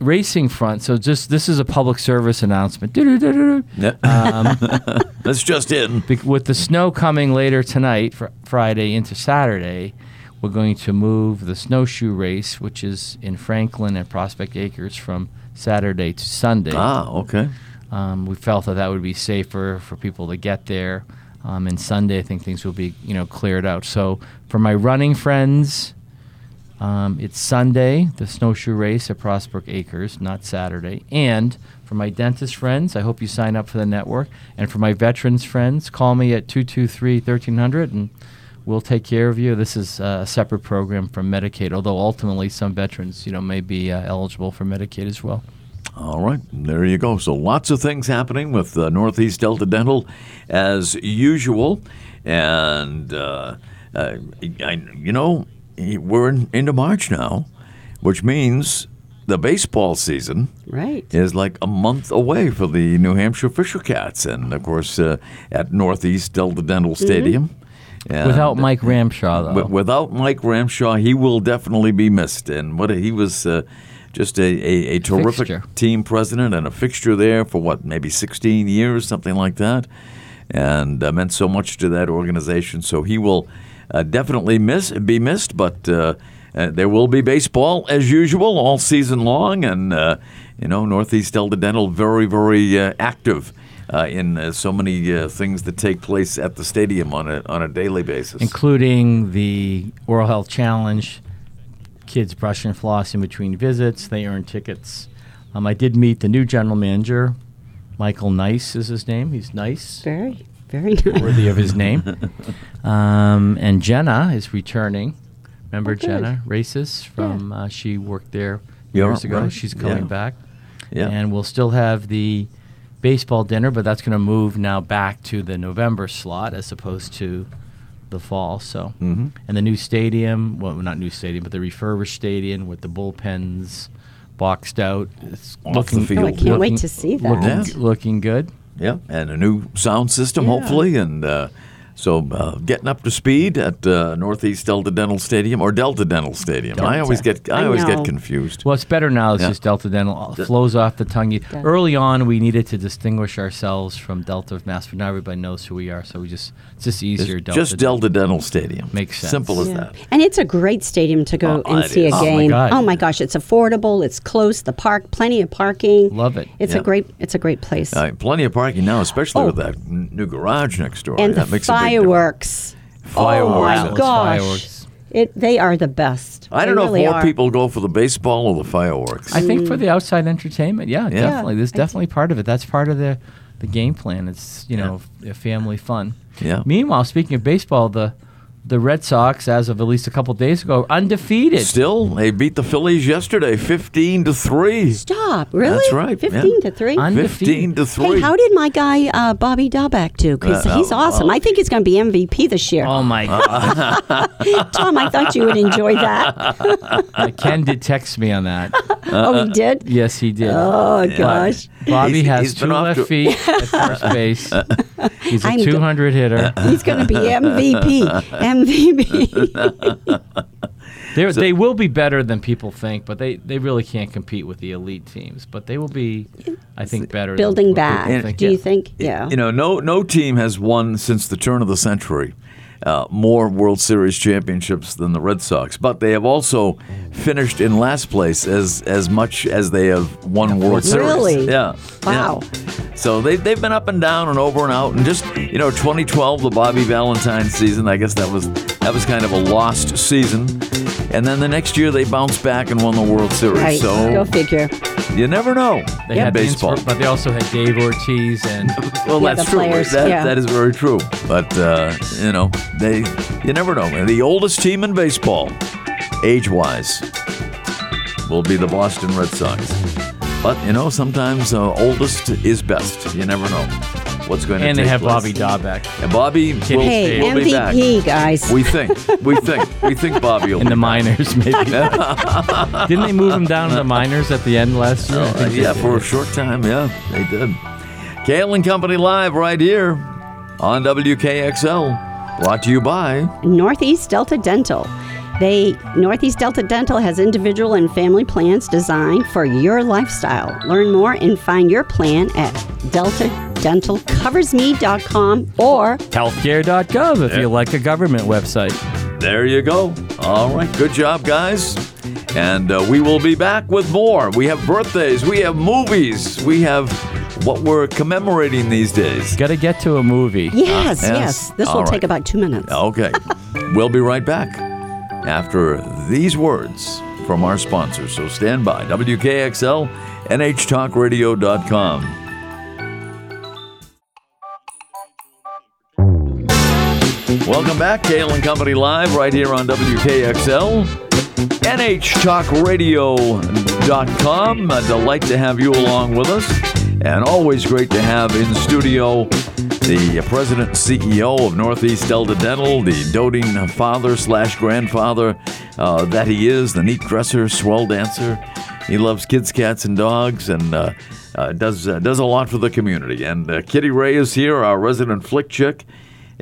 Speaker 2: racing front so just this is a public service announcement Doo-doo-doo-doo-doo.
Speaker 1: Yeah.
Speaker 2: Um,
Speaker 1: That's just in.
Speaker 2: Bec- with the snow coming later tonight, fr- Friday into Saturday, we're going to move the snowshoe race, which is in Franklin at Prospect Acres, from Saturday to Sunday.
Speaker 1: Ah, okay.
Speaker 2: Um, we felt that that would be safer for people to get there. Um, and Sunday, I think things will be you know cleared out. So for my running friends, um, it's Sunday, the snowshoe race at Prospect Acres, not Saturday. And for my dentist friends, I hope you sign up for the network. And for my veterans friends, call me at 223 1300 and we'll take care of you. This is uh, a separate program from Medicaid, although ultimately some veterans you know may be uh, eligible for Medicaid as well.
Speaker 1: All right, there you go. So lots of things happening with uh, Northeast Delta Dental, as usual, and uh, uh, I, you know we're in, into March now, which means the baseball season
Speaker 3: Right.
Speaker 1: is like a month away for the New Hampshire Fisher Cats, and of course uh, at Northeast Delta Dental Stadium. And-
Speaker 2: Without Mike Ramshaw, though.
Speaker 1: Wi- without Mike Ramshaw, he will definitely be missed. And what a, he was uh, just a, a, a terrific
Speaker 2: Fixture.
Speaker 1: team president and a fixture there for what, maybe 16 years, something like that. And uh, meant so much to that organization. So he will uh, definitely miss be missed, but. Uh, uh, there will be baseball as usual all season long, and uh, you know Northeast Delta Dental very, very uh, active uh, in uh, so many uh, things that take place at the stadium on a on a daily basis.
Speaker 2: including the oral health challenge. Kids brush and floss in between visits. They earn tickets. Um, I did meet the new general manager, Michael Nice is his name. He's nice,
Speaker 3: Very, very nice.
Speaker 2: worthy of his name. Um, and Jenna is returning. Remember
Speaker 3: Oh, good.
Speaker 2: Jenna Races from uh, she worked there
Speaker 1: Yeah,
Speaker 2: years ago.
Speaker 1: right.
Speaker 2: She's coming
Speaker 1: Yeah.
Speaker 2: back.
Speaker 1: Yeah.
Speaker 2: And we'll still have the baseball dinner, but that's going to move now back to the November slot as opposed to the fall. So,
Speaker 1: Mm-hmm.
Speaker 2: and the new stadium, well, not new stadium, but the refurbished stadium with the bullpens boxed out. It's
Speaker 1: Off the field. Oh, I can't
Speaker 2: looking-
Speaker 3: wait to see that.
Speaker 2: Looking,
Speaker 1: Yeah.
Speaker 2: looking good.
Speaker 1: Yeah, and a new sound system,
Speaker 2: Yeah.
Speaker 1: hopefully. And uh, so uh, getting up to speed at uh, Northeast Delta Dental Stadium or Delta Dental Stadium. I always get I,
Speaker 3: I
Speaker 1: always
Speaker 3: know.
Speaker 1: get confused.
Speaker 2: Well, it's better now. It's
Speaker 1: Yeah.
Speaker 2: just Delta Dental It flows off the tongue. You-
Speaker 3: Yeah.
Speaker 2: Early on, we needed to distinguish ourselves from Delta of Mass, but now everybody knows who we are. So we just it's just
Speaker 1: It's
Speaker 2: easier. Delta
Speaker 1: just Delta Dental Stadium.
Speaker 2: Makes sense.
Speaker 1: Simple as
Speaker 3: Yeah.
Speaker 1: that.
Speaker 3: And it's a great stadium to go
Speaker 1: Oh,
Speaker 3: and
Speaker 1: it
Speaker 3: see
Speaker 1: is.
Speaker 3: a
Speaker 1: Oh, my
Speaker 3: game.
Speaker 2: God.
Speaker 3: gosh, it's affordable, it's close, the park, plenty of parking.
Speaker 2: Love it.
Speaker 3: It's
Speaker 1: Yeah.
Speaker 3: a great it's a great place.
Speaker 1: Uh, plenty of parking now, especially
Speaker 3: Oh.
Speaker 1: with that n- new garage next door.
Speaker 3: and
Speaker 1: that
Speaker 3: the
Speaker 1: makes a big difference.
Speaker 3: fireworks.
Speaker 1: Fireworks. Wow,
Speaker 3: Oh my
Speaker 1: those
Speaker 3: gosh.
Speaker 2: fireworks.
Speaker 3: It they are the best.
Speaker 1: I
Speaker 3: They
Speaker 1: don't know
Speaker 3: really
Speaker 1: if more
Speaker 3: are.
Speaker 1: people go for the baseball or the fireworks.
Speaker 2: I think for the outside entertainment, yeah, definitely. There's
Speaker 3: Mm. I think-
Speaker 2: definitely part of it. That's part of the the game plan. It's you know f- a family fun.
Speaker 1: Yeah.
Speaker 2: Meanwhile, speaking of baseball, the the Red Sox, as of at least a couple days ago, undefeated.
Speaker 1: Still, they beat the Phillies yesterday, fifteen to three.
Speaker 3: Stop, really?
Speaker 1: That's right, yeah.
Speaker 3: Fifteen to three.
Speaker 2: Un-
Speaker 1: Fifteen to three.
Speaker 3: Hey, how did my guy uh, Bobby Daback do? Because
Speaker 1: Uh,
Speaker 3: he's
Speaker 1: uh,
Speaker 3: awesome. I think he's going to be MVP this year.
Speaker 2: Oh my God!
Speaker 3: Tom, I thought you would enjoy that.
Speaker 2: uh, Ken did text me on that.
Speaker 3: oh, he did.
Speaker 2: Yes, he did.
Speaker 3: Oh gosh.
Speaker 2: Bobby
Speaker 1: He's-
Speaker 2: has
Speaker 1: he's
Speaker 2: two
Speaker 1: been off
Speaker 2: left
Speaker 1: to-
Speaker 2: feet at first base. He's a
Speaker 3: I'm go-
Speaker 2: 200 hitter.
Speaker 3: He's going to be MVP. MVP.
Speaker 2: They're- they will be better than people think, but they, they really can't compete with the elite teams. But they will be, I think, better.
Speaker 3: Building
Speaker 2: than what people think,
Speaker 3: back. Do
Speaker 2: yeah.
Speaker 3: you think? Yeah.
Speaker 1: You know, no no team has won since the turn of the century uh, more World Series championships than the Red Sox, but they have also finished in last place as as much as they have won World Series.
Speaker 3: Really?
Speaker 1: Yeah.
Speaker 3: Wow.
Speaker 1: yeah. So they they've been up and down and over and out and just you know 2012 the Bobby Valentine season I guess that was that was kind of a lost season, and then the next year they bounced back and won the World Series.
Speaker 3: right.
Speaker 1: So
Speaker 3: Go figure.
Speaker 1: you never know
Speaker 2: They
Speaker 1: in
Speaker 2: had the
Speaker 1: baseball.
Speaker 2: inspir- but they also had Dave Ortiz and
Speaker 1: Well,
Speaker 3: Yeah,
Speaker 1: that's
Speaker 3: the
Speaker 1: true.
Speaker 3: players,
Speaker 1: that,
Speaker 3: yeah.
Speaker 1: that is very true. But uh, you know, they you never know. man. The oldest team in baseball, age-wise, will be the Boston Red Sox. But you know, sometimes uh, oldest is best. You never know what's going to.
Speaker 2: and they
Speaker 1: take
Speaker 2: have
Speaker 1: place.
Speaker 2: Bobby Dahlbeck
Speaker 1: And Bobby will,
Speaker 3: Hey,
Speaker 1: will be back.
Speaker 3: MVP, guys.
Speaker 1: We think. We think. We think Bobby will.
Speaker 2: in
Speaker 1: be
Speaker 2: the
Speaker 1: back.
Speaker 2: minors. Maybe didn't they move him down to the minors at the end last year? I
Speaker 1: Uh,
Speaker 2: think they
Speaker 1: yeah,
Speaker 2: did.
Speaker 1: for a short time. Yeah, they did. Kale and Company live right here on WKXL. Brought to you by.
Speaker 3: Northeast Delta Dental. They Northeast Delta Dental has individual and family plans designed for your lifestyle. Learn more and find your plan at deltadentalcoversme.com or
Speaker 2: Healthcare.gov if you like a government website.
Speaker 1: There you go. All right. Good job, guys. And uh, we will be back with more. We have birthdays, we have movies, we have what we're commemorating these days.
Speaker 2: Got to get to a movie.
Speaker 3: yes, yes.
Speaker 1: Ah, yes.
Speaker 3: This will
Speaker 1: All right.
Speaker 3: take about 2 minutes.
Speaker 1: Okay. we'll be right back after these words from our sponsors. So stand by WKXL, NHTalkRadio.com. Welcome back, Kale and Company Live, right here on WKXL, NHTalkRadio.com. A delight to have you along with us, and always great to have in studio the president and CEO of Northeast Delta Dental, the doting father slash grandfather uh, that he is, the neat dresser, swell dancer. He loves kids, cats, and dogs, and uh, uh, does uh, does a lot for the community. And uh, Kitty Ray is here, our resident flick chick.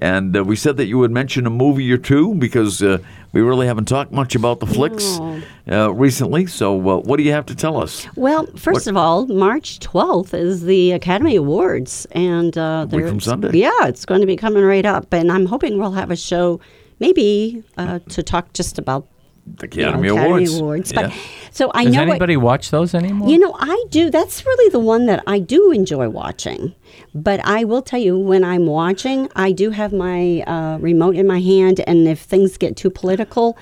Speaker 1: And uh, we said that you would mention a movie or two because uh, we really haven't talked much about the flicks
Speaker 3: No.
Speaker 1: uh, recently. So, uh, what do you have to tell us?
Speaker 3: Well, first of all, March 12th is the Academy Awards. And uh,
Speaker 1: Week from
Speaker 3: there's-
Speaker 1: Sunday.
Speaker 3: Yeah, it's going to be coming right up. And I'm hoping we'll have a show maybe uh, to talk just about
Speaker 1: The
Speaker 3: you know,
Speaker 1: Academy
Speaker 3: Academy
Speaker 1: Awards.
Speaker 3: Awards. But,
Speaker 1: Yeah.
Speaker 3: So I
Speaker 2: Does
Speaker 3: know what-
Speaker 2: anybody watch those anymore?
Speaker 3: You know, I do. That's really the one that I do enjoy watching. But I will tell you, when I'm watching, I do have my uh, remote in my hand, and if things get too political,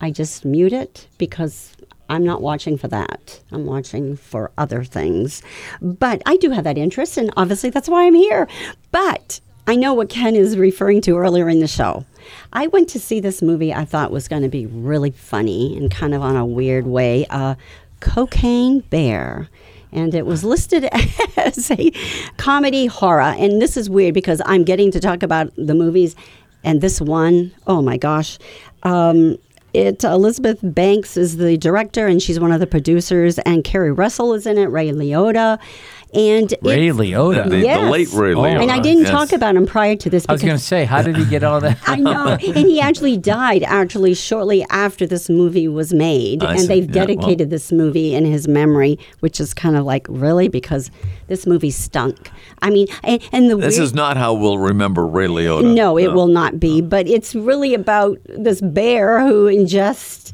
Speaker 3: I just mute it because I'm not watching for that. I'm watching for other things. But I do have that interest, and obviously that's why I'm here. But I know what Ken is referring to earlier in the show. I went to see this movie I thought was going to be really funny and kind of on a weird way uh, Cocaine Bear. And it was listed as a comedy horror. And this is weird because I'm getting to talk about the movies. And this one, oh my gosh. Um, It Elizabeth Banks is the director, and she's one of the producers. And Carrie Russell is in it. Ray Liotta, and it-
Speaker 2: Ray Liotta.
Speaker 1: The, the
Speaker 3: Yes.
Speaker 1: late Ray
Speaker 2: Oh,
Speaker 1: Liotta.
Speaker 3: and I didn't
Speaker 1: yes.
Speaker 3: talk about him prior to this.
Speaker 2: I was
Speaker 3: because-
Speaker 2: going to say, how did he get all that?
Speaker 3: I know, and he actually died actually shortly after this movie was made,
Speaker 1: I
Speaker 3: and
Speaker 1: see.
Speaker 3: they've
Speaker 1: Yeah, well.
Speaker 3: dedicated this movie in his memory, which is kind of like really because this movie stunk. I mean, and, and the
Speaker 1: This
Speaker 3: weird-
Speaker 1: is not how we'll remember Ray Liotta.
Speaker 3: no, it will not be. But it's really about this bear who ingests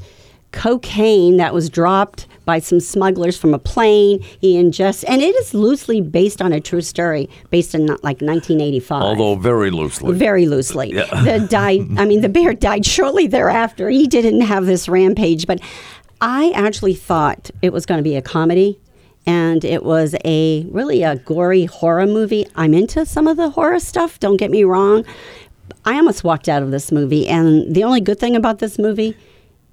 Speaker 3: cocaine that was dropped by some smugglers from a plane. He ingests, and it is loosely based on a true story, based in like 1985.
Speaker 1: Although very loosely.
Speaker 3: Very loosely. The died. I mean, the bear died shortly thereafter. He didn't have this rampage, but I actually thought it was going to be a comedy, and it was a really a gory horror movie. I'm into some of the horror stuff. Don't get me wrong. I almost walked out of this movie, and the only good thing about this movie,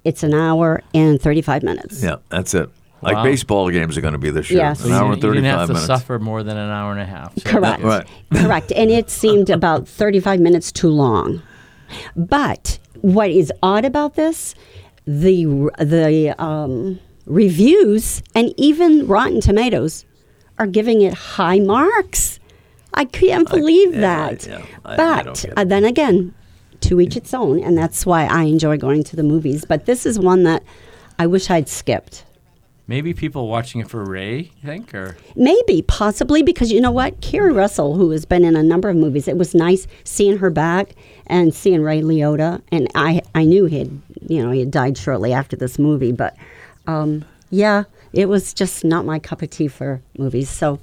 Speaker 3: it's an hour and 35 minutes.
Speaker 1: Yeah, that's it. Like
Speaker 2: Wow.
Speaker 1: baseball games are going to be this year.
Speaker 3: Yes.
Speaker 1: An hour and
Speaker 2: you didn't
Speaker 1: 35
Speaker 2: have to
Speaker 1: minutes.
Speaker 2: suffer more than an hour and a half. So
Speaker 3: Correct.
Speaker 1: Right.
Speaker 3: Correct. And it seemed about 35 minutes too long. But what is odd about this, the the um, reviews and even Rotten Tomatoes are giving it high marks. I can't believe
Speaker 1: yeah,
Speaker 3: that.
Speaker 1: I- yeah, I- I don't
Speaker 3: but
Speaker 1: get it.
Speaker 3: uh, then again, to each its own, and that's why I enjoy going to the movies. But this is one that I wish I'd skipped.
Speaker 2: Maybe people watching it for Ray, you think? Or
Speaker 3: Maybe, possibly, because you know what? Carrie Russell, who has been in a number of movies, it was nice seeing her back and seeing Ray Liotta. And I, I knew he had, you know, he had died shortly after this movie, but um, yeah, it was just not my cup of tea for movies. So,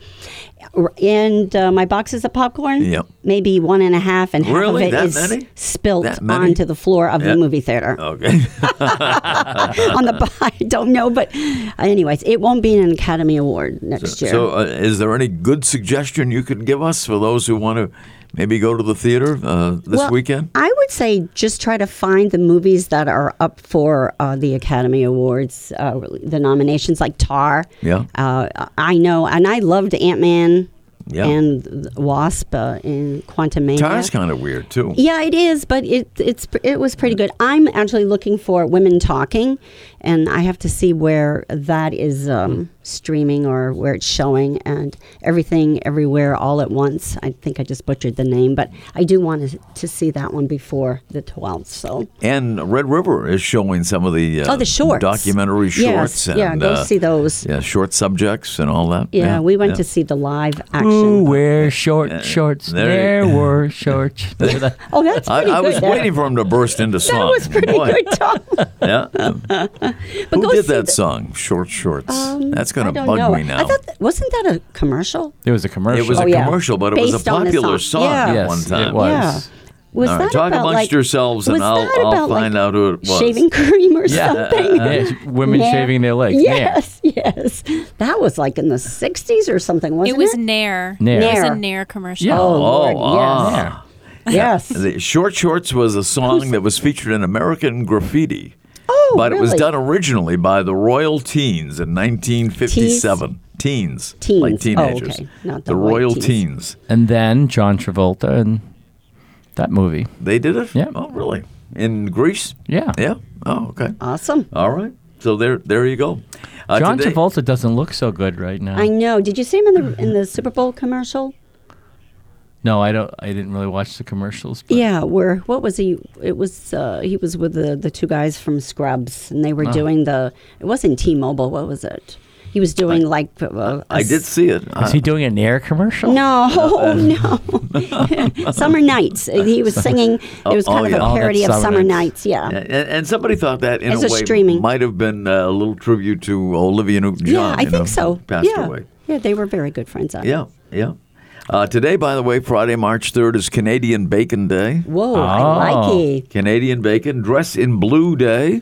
Speaker 3: and uh, my boxes of popcorn,
Speaker 1: Yep.
Speaker 3: maybe one and a half, and
Speaker 1: Really?
Speaker 3: half of
Speaker 1: That
Speaker 3: it is
Speaker 1: many?
Speaker 3: spilt
Speaker 1: That many?
Speaker 3: onto the floor of
Speaker 1: Yeah. Uh-huh.
Speaker 3: the movie theater.
Speaker 1: Okay.
Speaker 3: On the, bo- I don't know, but anyways, it won't be an Academy Award next year.
Speaker 1: So, uh, is there any good suggestion you could give us for those who want to maybe go to the theater uh, this
Speaker 3: Well,
Speaker 1: weekend?
Speaker 3: I would say just try to find the movies that are up for uh, the Academy Awards, uh, the nominations like Tar.
Speaker 1: Yeah.
Speaker 3: Uh, I know, and I loved Ant Man
Speaker 1: Yeah.
Speaker 3: and Wasp uh, in Quantum Mania.
Speaker 1: Tar's kind of weird too.
Speaker 3: Yeah, it is, but it it's it was pretty good. I'm actually looking for Women Talking, and I have to see where that is um, streaming or where it's showing, and everything, everywhere, all at once. I think I just butchered the name, but I do want to, to see that one before the 12th. So,
Speaker 1: And Red River is showing some of the uh,
Speaker 3: Oh, the shorts.
Speaker 1: documentary shorts
Speaker 3: Yes,
Speaker 1: and
Speaker 3: yeah, go
Speaker 1: uh,
Speaker 3: see those.
Speaker 1: yeah short subjects and all that.
Speaker 3: yeah, we went
Speaker 1: yeah.
Speaker 3: to see the live action.
Speaker 2: Ooh, wear short shorts.
Speaker 1: there
Speaker 2: There,
Speaker 1: you-
Speaker 2: were shorts. Remember that?
Speaker 3: Oh, that's
Speaker 1: I,
Speaker 3: pretty
Speaker 1: I
Speaker 3: good.
Speaker 1: was
Speaker 3: That-
Speaker 1: waiting for him to burst into song.
Speaker 3: That was pretty
Speaker 1: Boy,
Speaker 3: good, Tom.
Speaker 1: Yeah.
Speaker 3: But
Speaker 1: Who
Speaker 3: go
Speaker 1: did
Speaker 3: see
Speaker 1: that
Speaker 3: the-
Speaker 1: song? Short shorts.
Speaker 3: Um,
Speaker 1: That's going
Speaker 3: I
Speaker 1: to
Speaker 3: don't
Speaker 1: bug
Speaker 3: know.
Speaker 1: me now.
Speaker 3: I thought that, wasn't that a commercial?
Speaker 2: There was a commercial.
Speaker 1: it was
Speaker 3: Oh,
Speaker 1: a
Speaker 3: yeah.
Speaker 1: commercial, but it was a
Speaker 3: Based on the
Speaker 1: popular
Speaker 3: song.
Speaker 1: song, at
Speaker 3: Yeah.
Speaker 2: yes,
Speaker 1: one time.
Speaker 2: it was.
Speaker 3: Yeah. Was
Speaker 1: All right,
Speaker 3: that
Speaker 1: talk
Speaker 3: about
Speaker 1: amongst
Speaker 3: like,
Speaker 1: yourselves and
Speaker 3: was
Speaker 1: I'll-
Speaker 3: that
Speaker 1: I'll
Speaker 3: about,
Speaker 1: find
Speaker 3: like,
Speaker 1: out who it was.
Speaker 3: Shaving cream or
Speaker 2: Yeah.
Speaker 3: something.
Speaker 2: Yeah, it's women
Speaker 3: Nair.
Speaker 2: shaving their legs. Nair.
Speaker 3: Yes, yes. That was like in the 60s or something, wasn't
Speaker 4: It
Speaker 3: it?
Speaker 4: was Nair.
Speaker 2: Nair.
Speaker 4: It was
Speaker 3: Nair.
Speaker 4: a Nair commercial.
Speaker 2: Yeah.
Speaker 3: Oh,
Speaker 1: Oh,
Speaker 3: Lord,
Speaker 1: ah.
Speaker 3: yes. yes.
Speaker 1: The Short Shorts was a song that was featured in American Graffiti.
Speaker 3: Oh,
Speaker 1: but it was
Speaker 3: really?
Speaker 1: done originally by the Royal Teens in 1957. Teens,
Speaker 3: Teens.
Speaker 1: like
Speaker 3: Oh,
Speaker 1: teenagers.
Speaker 3: okay. Not
Speaker 1: the
Speaker 3: the Royal
Speaker 1: Royal
Speaker 3: Teens.
Speaker 1: Teens.
Speaker 2: And then John Travolta and that movie.
Speaker 1: They did it.
Speaker 2: Yeah.
Speaker 1: Oh, really? In Greece?
Speaker 2: Yeah.
Speaker 1: Yeah. Oh, okay.
Speaker 3: Awesome.
Speaker 1: All right. So there, there you go. Uh,
Speaker 2: John
Speaker 1: today-
Speaker 2: Travolta doesn't look so good right now.
Speaker 3: I know. Did you see him in the
Speaker 1: Mm-hmm.
Speaker 3: in the Super Bowl commercial?
Speaker 2: no, I don't. I didn't really watch the commercials. But
Speaker 3: Yeah, where what was he? It was uh, he was with the the two guys from Scrubs, and they
Speaker 1: Oh.
Speaker 3: were doing the. It wasn't T-Mobile. What was it? He was doing like. Uh, a
Speaker 1: I did see it.
Speaker 2: Is he doing a Nair commercial?
Speaker 3: No, Oh, no. Summer Nights. He was singing. It was
Speaker 1: Oh,
Speaker 3: kind
Speaker 1: yeah. Oh,
Speaker 3: of a
Speaker 1: that's
Speaker 3: parody of
Speaker 2: Summer
Speaker 3: Summer
Speaker 2: Nights.
Speaker 3: Nights. Yeah.
Speaker 1: Uh, And, and somebody thought that in
Speaker 3: As
Speaker 1: a,
Speaker 3: a
Speaker 1: way
Speaker 3: streaming.
Speaker 1: might have been uh, a little tribute to Olivia Newton-John.
Speaker 3: yeah, I
Speaker 1: you
Speaker 3: think
Speaker 1: know,
Speaker 3: so.
Speaker 1: who Passed
Speaker 3: yeah.
Speaker 1: away.
Speaker 3: Yeah, they were very good friends. I-
Speaker 1: Yeah, yeah. Uh, today, by the way, Friday, March third is Canadian Bacon Day.
Speaker 3: Whoa,
Speaker 1: Ah.
Speaker 3: I like
Speaker 2: Oh.
Speaker 3: it.
Speaker 1: Canadian Bacon, dress in blue day.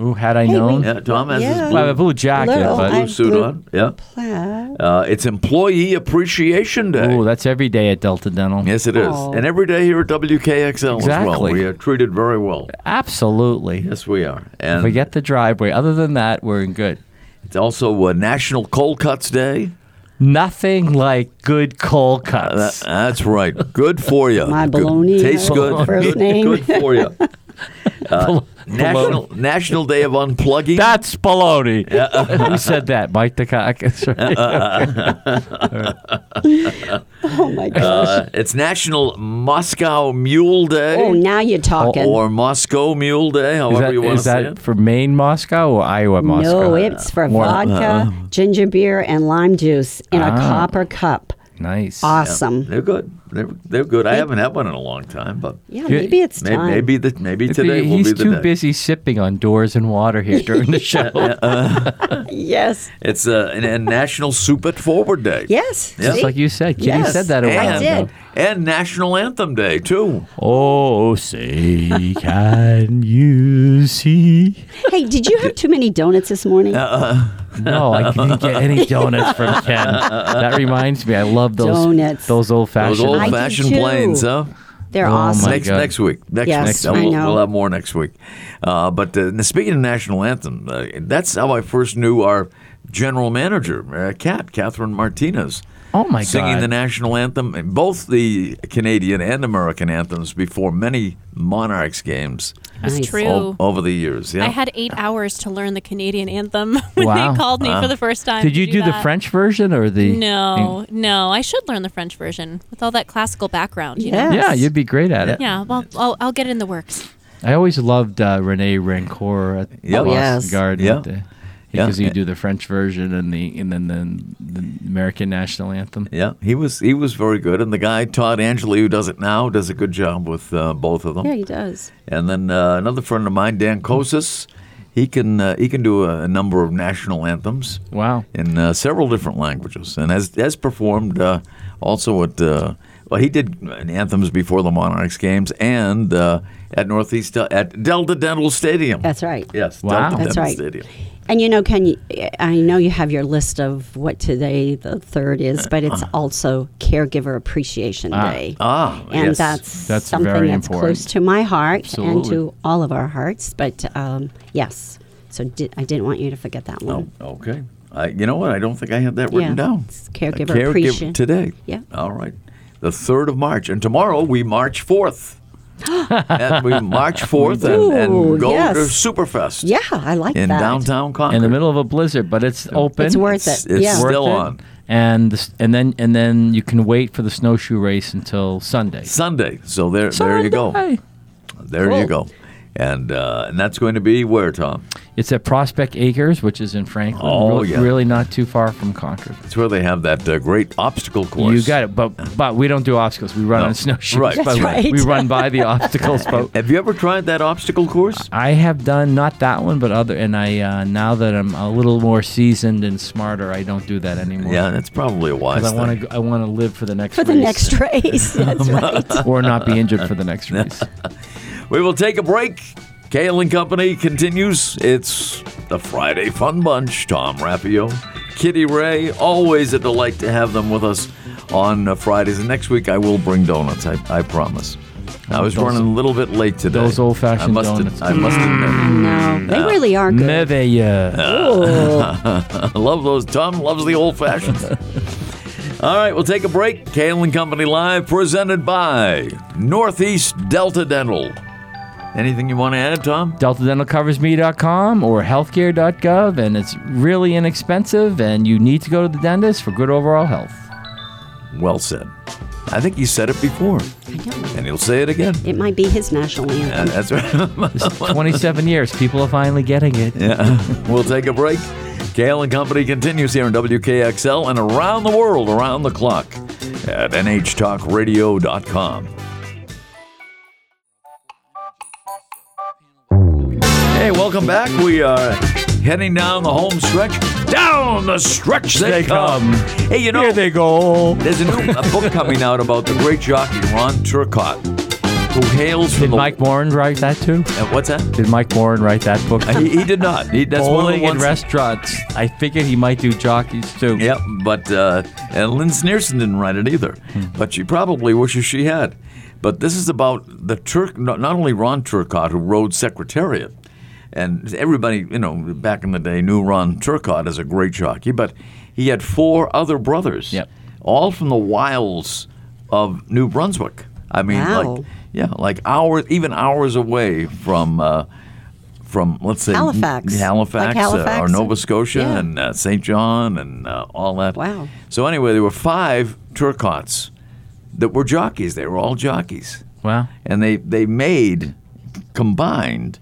Speaker 2: Ooh, had I known.
Speaker 1: Yeah, Tom has
Speaker 3: Yeah.
Speaker 1: his
Speaker 2: Well, Oh, I have a
Speaker 1: blue,
Speaker 2: blue jacket,
Speaker 3: Little,
Speaker 2: but
Speaker 1: blue
Speaker 3: I-
Speaker 1: suit
Speaker 3: blue-
Speaker 1: on. Yeah.
Speaker 3: Plaid.
Speaker 1: Uh, it's Employee Appreciation Day.
Speaker 2: ooh, that's every day at Delta Dental.
Speaker 1: yes, it is.
Speaker 3: Aw.
Speaker 1: And every day here at WKXL as well,
Speaker 2: Oh. Exactly.
Speaker 1: we are treated very well.
Speaker 2: Absolutely.
Speaker 1: Yes, we are. And
Speaker 2: Forget the driveway. Other than that, we're in good.
Speaker 1: it's also uh, National Cold Cuts Day.
Speaker 2: Nothing like good cold
Speaker 1: Uh,
Speaker 2: cuts.
Speaker 1: That's right. Good for you.
Speaker 3: My
Speaker 1: Good-
Speaker 2: uh,
Speaker 3: bologna
Speaker 1: Tastes
Speaker 3: has
Speaker 1: good.
Speaker 3: first
Speaker 1: Good-
Speaker 3: name.
Speaker 1: Good for you.
Speaker 2: Bol-
Speaker 1: uh, National National Day of Unplugging.
Speaker 2: That's baloney. Who said that? Mike the cock. That's
Speaker 1: Uh,
Speaker 2: right.
Speaker 3: Oh my gosh.
Speaker 1: Uh, it's National Moscow Mule Day.
Speaker 3: oh, now you're talking.
Speaker 1: or Moscow Mule Day,
Speaker 2: Is
Speaker 1: however
Speaker 2: that,
Speaker 1: you want
Speaker 2: is
Speaker 1: to say
Speaker 2: that
Speaker 1: it.
Speaker 2: for Maine Moscow or Iowa Moscow?
Speaker 3: No, it's for
Speaker 2: More-
Speaker 1: uh,
Speaker 3: vodka, ginger beer, and lime juice in
Speaker 1: Ah.
Speaker 3: a copper cup.
Speaker 2: Nice.
Speaker 3: Awesome.
Speaker 1: They're good. They're, they're good. I haven't had one in a long time, but
Speaker 3: Yeah,
Speaker 2: You-
Speaker 3: maybe it's
Speaker 1: may,
Speaker 3: time.
Speaker 1: maybe the, maybe
Speaker 2: If he-
Speaker 1: today will be
Speaker 2: he's
Speaker 1: the
Speaker 2: too
Speaker 1: day.
Speaker 2: busy sipping on doors and water here during the show.
Speaker 3: Yes.
Speaker 1: It's uh, and, and National Soup It Forward Day.
Speaker 3: Yes.
Speaker 1: Yeah.
Speaker 2: Just
Speaker 3: See?
Speaker 2: like you said, Kitty
Speaker 3: Yes,
Speaker 2: said that a
Speaker 1: And, uh,
Speaker 2: while
Speaker 3: I did.
Speaker 2: ago.
Speaker 1: and National Anthem Day too.
Speaker 2: Oh, say, can you see?
Speaker 3: hey, did you have too many donuts this morning?
Speaker 1: Uh,
Speaker 2: No, I didn't get any donuts from Ken. That reminds me, I love those
Speaker 3: Donuts.
Speaker 2: Those old
Speaker 1: Those
Speaker 2: fashioned.
Speaker 1: old
Speaker 3: I do
Speaker 1: fashioned
Speaker 3: too.
Speaker 1: planes, huh?
Speaker 3: They're
Speaker 2: Oh, my
Speaker 3: awesome.
Speaker 1: next
Speaker 2: God.
Speaker 1: next week. Next
Speaker 3: Yes,
Speaker 1: next
Speaker 3: I
Speaker 1: we'll,
Speaker 3: know.
Speaker 1: we'll have more next week. Uh, but uh, now speaking of national anthem, uh, that's how I first knew our general manager, uh, Kat Catherine Martinez.
Speaker 2: oh my
Speaker 1: singing
Speaker 2: god!
Speaker 1: the national anthem and both the Canadian and American anthems before many Monarchs games
Speaker 3: Nice.
Speaker 5: It's true.
Speaker 1: o- over the years. Yeah.
Speaker 5: I had eight hours to learn the Canadian anthem when
Speaker 2: Wow.
Speaker 5: they called me for the first time.
Speaker 2: Did you
Speaker 5: to
Speaker 2: do the
Speaker 5: that.
Speaker 2: French version or the?
Speaker 5: No, no. I should learn the French version with all that classical background. You
Speaker 3: Yes.
Speaker 5: know?
Speaker 2: Yeah, you'd be great at it.
Speaker 5: Yeah. Well, I'll, I'll get it in the works.
Speaker 2: I always loved uh, Rene Rancour at
Speaker 1: Yep.
Speaker 2: Boston
Speaker 3: Yes.
Speaker 2: Garden.
Speaker 1: Yep.
Speaker 2: The-
Speaker 1: Yeah.
Speaker 2: Because he'd do the French version and the and then the, the American national anthem.
Speaker 1: yeah, he was he was very good, and the guy Todd Angeli, who does it now, does a good job with uh, both of them.
Speaker 3: yeah, he does.
Speaker 1: And then uh, another friend of mine, Dan Kosis, he can uh, he can do a, a number of national anthems
Speaker 2: Wow.
Speaker 1: in uh, several different languages, and has has performed uh, also at. Uh, well, he did anthems before the Monarchs games and uh, at Northeast uh, at Delta Dental Stadium.
Speaker 3: That's right.
Speaker 1: Yes,
Speaker 2: Wow.
Speaker 1: Delta
Speaker 3: That's
Speaker 1: Dental
Speaker 3: right.
Speaker 1: Stadium.
Speaker 3: And you know, Ken, you- I know you have your list of what today the third is, but it's also Caregiver Appreciation Day.
Speaker 1: Uh-huh. Ah,
Speaker 3: and
Speaker 1: yes.
Speaker 3: that's,
Speaker 2: That's
Speaker 3: something
Speaker 2: very
Speaker 3: that's
Speaker 2: important.
Speaker 3: close to my heart and
Speaker 2: Absolutely.
Speaker 3: to all of our hearts. But um, yes, so di- I didn't want you to forget that
Speaker 1: Oh,
Speaker 3: one.
Speaker 1: okay. I, you know what? I don't think I had that written
Speaker 3: Yeah.
Speaker 1: down.
Speaker 3: It's caregiver
Speaker 1: Caregiver
Speaker 3: appreciation.
Speaker 1: today.
Speaker 3: Yeah.
Speaker 1: All right. The third of March, and tomorrow we march fourth. and we march fourth and,
Speaker 3: Ooh,
Speaker 1: and go
Speaker 3: yes.
Speaker 1: to Superfest.
Speaker 3: Yeah, I like
Speaker 1: In
Speaker 3: that.
Speaker 1: downtown Concord.
Speaker 2: In the middle of a blizzard, but it's open.
Speaker 3: It's worth
Speaker 1: It's,
Speaker 3: it.
Speaker 1: it's
Speaker 3: yeah.
Speaker 2: worth
Speaker 1: still
Speaker 2: it.
Speaker 1: on
Speaker 2: And the, s- and then and then you can wait for the snowshoe race until Sunday.
Speaker 1: Sunday. So there, there you go.
Speaker 2: Sunday.
Speaker 1: There you go. And uh, and that's going to be where, Tom?
Speaker 2: It's at Prospect Acres, which is in Franklin.
Speaker 1: Oh,
Speaker 2: really,
Speaker 1: yeah.
Speaker 2: really not too far from Concord.
Speaker 1: It's where they have that uh, great obstacle course.
Speaker 2: You got it, but but we don't do obstacles. We run
Speaker 1: No.
Speaker 2: on snowshoes.
Speaker 1: Right. That's
Speaker 2: but
Speaker 3: right.
Speaker 2: We run by the obstacles, but
Speaker 1: Have you ever tried that obstacle course?
Speaker 2: I have done not that one, but other. And I uh, now that I'm a little more seasoned and smarter, I don't do that anymore.
Speaker 1: Yeah, that's probably a wise
Speaker 2: 'Cause I
Speaker 1: thing.
Speaker 2: want to I want to live for the next
Speaker 3: For the
Speaker 2: race
Speaker 3: next race. That's right.
Speaker 2: or not be injured for the next race.
Speaker 1: We will take a break. Kale and Company continues. It's the Friday Fun Bunch. Tom Raffio, Kitty Ray. Always a delight to have them with us on uh, Fridays. And next week I will bring donuts. I, I promise. I was
Speaker 2: Those-
Speaker 1: running a little bit late today.
Speaker 2: those old-fashioned
Speaker 1: I must ad-
Speaker 2: donuts. Mm.
Speaker 1: I must admit.
Speaker 3: No, they really are good.
Speaker 2: Merveilleux.
Speaker 3: Oh,
Speaker 1: I love those. Tom loves the old fashions. All right, we'll take a break. Kale and Company Live, presented by Northeast Delta Dental. Anything you want to add, Tom?
Speaker 2: DeltaDentalCoversMe.com or healthcare.gov, and it's really inexpensive, and you need to go to the dentist for good overall health.
Speaker 1: Well said. I think he said it before,
Speaker 3: I know.
Speaker 1: and he'll say it again.
Speaker 3: It might be his national anthem.
Speaker 1: And that's right.
Speaker 2: This is 27 years, people are finally getting it.
Speaker 1: we'll take a break. Kale and Company continues here in WKXL and around the world, around the clock at nhtalkradio.com. Hey, welcome back. We are heading down the home stretch. Down the stretch they,
Speaker 2: They come.
Speaker 1: Hey, you know,
Speaker 2: go.
Speaker 1: There's a new a book coming out about the great jockey Ron Turcott, who hails from
Speaker 2: Did
Speaker 1: the
Speaker 2: Mike Moran write that too?
Speaker 1: Uh, what's that?
Speaker 2: Did Mike Moran write that book?
Speaker 1: Uh, He, he did not. He, that's one of
Speaker 2: Bowling
Speaker 1: the
Speaker 2: and
Speaker 1: ones.
Speaker 2: restaurants. I figured he might do jockeys too.
Speaker 1: Yep, but uh, and Lynn Snearson didn't write it either.
Speaker 3: Hmm.
Speaker 1: But she probably wishes she had. But this is about the Turk, not not only Ron Turcott, who rode Secretariat, and everybody, you know, back in the day knew Ron Turcott as a great jockey, but he had four other brothers,
Speaker 2: Yep.
Speaker 1: all from the wilds of New Brunswick. I mean,
Speaker 3: Wow.
Speaker 1: like, yeah, like hours, even hours away from uh, from let's say
Speaker 3: Halifax.
Speaker 1: N- Halifax,
Speaker 3: Like
Speaker 1: uh,
Speaker 3: Halifax
Speaker 1: or
Speaker 3: and-
Speaker 1: Nova Scotia,
Speaker 3: yeah.
Speaker 1: and uh, St. John, and uh, all that.
Speaker 3: Wow.
Speaker 1: So anyway, there were five Turcots that were jockeys. They were all jockeys,
Speaker 2: Wow.
Speaker 1: and they they made combined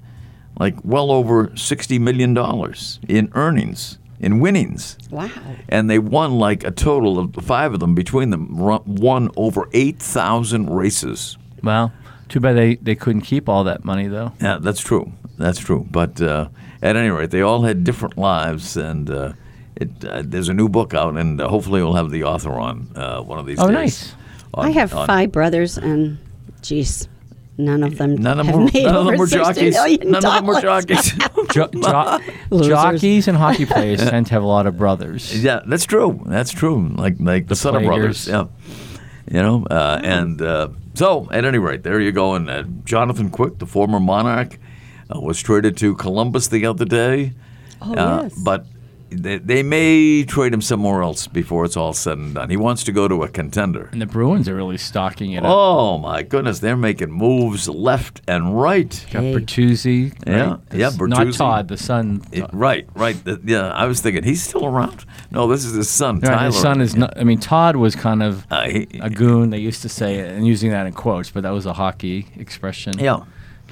Speaker 1: like well over sixty million dollars in earnings in winnings
Speaker 3: Wow.
Speaker 1: and they won like a total of the five of them between them ru- won over 8000 races
Speaker 2: Wow. Too bad they, they couldn't keep all that money though.
Speaker 1: yeah that's true that's true but uh, at any rate they all had different lives and uh, it, uh, there's a new book out and uh, hopefully we'll have the author on uh, one of these
Speaker 2: Oh,
Speaker 1: days
Speaker 2: nice.
Speaker 1: On-
Speaker 3: I have
Speaker 1: on-
Speaker 3: five brothers, and geez, none of them
Speaker 1: None of
Speaker 3: have
Speaker 1: them, were,
Speaker 3: made
Speaker 1: none of
Speaker 3: over
Speaker 1: them were
Speaker 3: $60
Speaker 1: jockeys.
Speaker 3: million
Speaker 1: None of them were
Speaker 3: dollars.
Speaker 1: jockeys.
Speaker 2: Jo- jo-
Speaker 3: Losers.
Speaker 2: jockeys and hockey players tend to have a lot of brothers.
Speaker 1: yeah, that's true. That's true. Like like the, Sutter brothers.
Speaker 2: Plaguers.
Speaker 1: Yeah, you know. Uh, and uh, so, at any rate, there you go. And uh, Jonathan Quick, the former monarch, uh, was traded to Columbus the other day.
Speaker 3: Oh,
Speaker 1: Uh,
Speaker 3: yes.
Speaker 1: But they, they may trade him somewhere else before it's all said and done. He wants to go to a contender.
Speaker 2: And the Bruins are really stocking it up.
Speaker 1: Oh my goodness, they're making moves left and right.
Speaker 2: Got
Speaker 3: Hey.
Speaker 2: Bertuzzi.
Speaker 1: Yeah,
Speaker 2: right?
Speaker 1: yeah,
Speaker 2: This- Not
Speaker 1: Bertuzzi.
Speaker 2: Todd, the son.
Speaker 1: It- right, right. th- yeah, I was thinking he's still around. No, this is his son,
Speaker 2: Right,
Speaker 1: Tyler.
Speaker 2: his son is not. I mean, Todd was kind of
Speaker 1: Uh, he-
Speaker 2: a goon. They used to say it, and using that in quotes, but that was a hockey expression.
Speaker 1: yeah,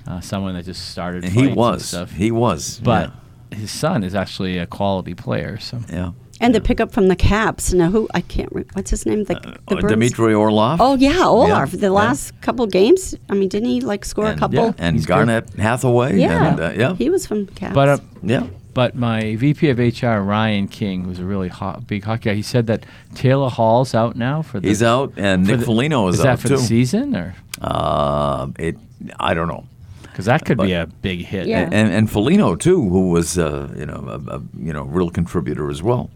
Speaker 2: uh, someone that just started.
Speaker 1: he
Speaker 2: fights and
Speaker 1: was.
Speaker 2: stuff.
Speaker 1: He was.
Speaker 2: but
Speaker 1: yeah.
Speaker 2: his son is actually a quality player. So
Speaker 1: Yeah.
Speaker 3: And the pickup from the Caps. Now, who I can't. Re- what's his name? The, the
Speaker 1: uh, Uh,
Speaker 3: Bruins-
Speaker 1: Dmitry Orlov.
Speaker 3: Oh yeah, Olaf.
Speaker 1: Yeah,
Speaker 3: The
Speaker 1: yeah.
Speaker 3: last couple games. I mean, didn't he like score
Speaker 1: and,
Speaker 3: a couple?
Speaker 1: yeah, and Garnett Hathaway.
Speaker 3: Yeah.
Speaker 1: And, uh, yeah.
Speaker 3: He was from Caps.
Speaker 2: but uh,
Speaker 1: yeah.
Speaker 2: but my VP of HR Ryan King, who's a really hot, big hockey guy, he said that Taylor Hall's out now for the.
Speaker 1: He's out, and
Speaker 2: for
Speaker 1: Nick
Speaker 2: the-
Speaker 1: Foligno is,
Speaker 2: is that
Speaker 1: out
Speaker 2: for
Speaker 1: too.
Speaker 2: the season or
Speaker 1: Uh, it. I don't know.
Speaker 2: because that could be
Speaker 1: But-
Speaker 2: a big hit.
Speaker 3: Yeah.
Speaker 1: And and Foligno too, who was uh, you know a, a you know real contributor as well.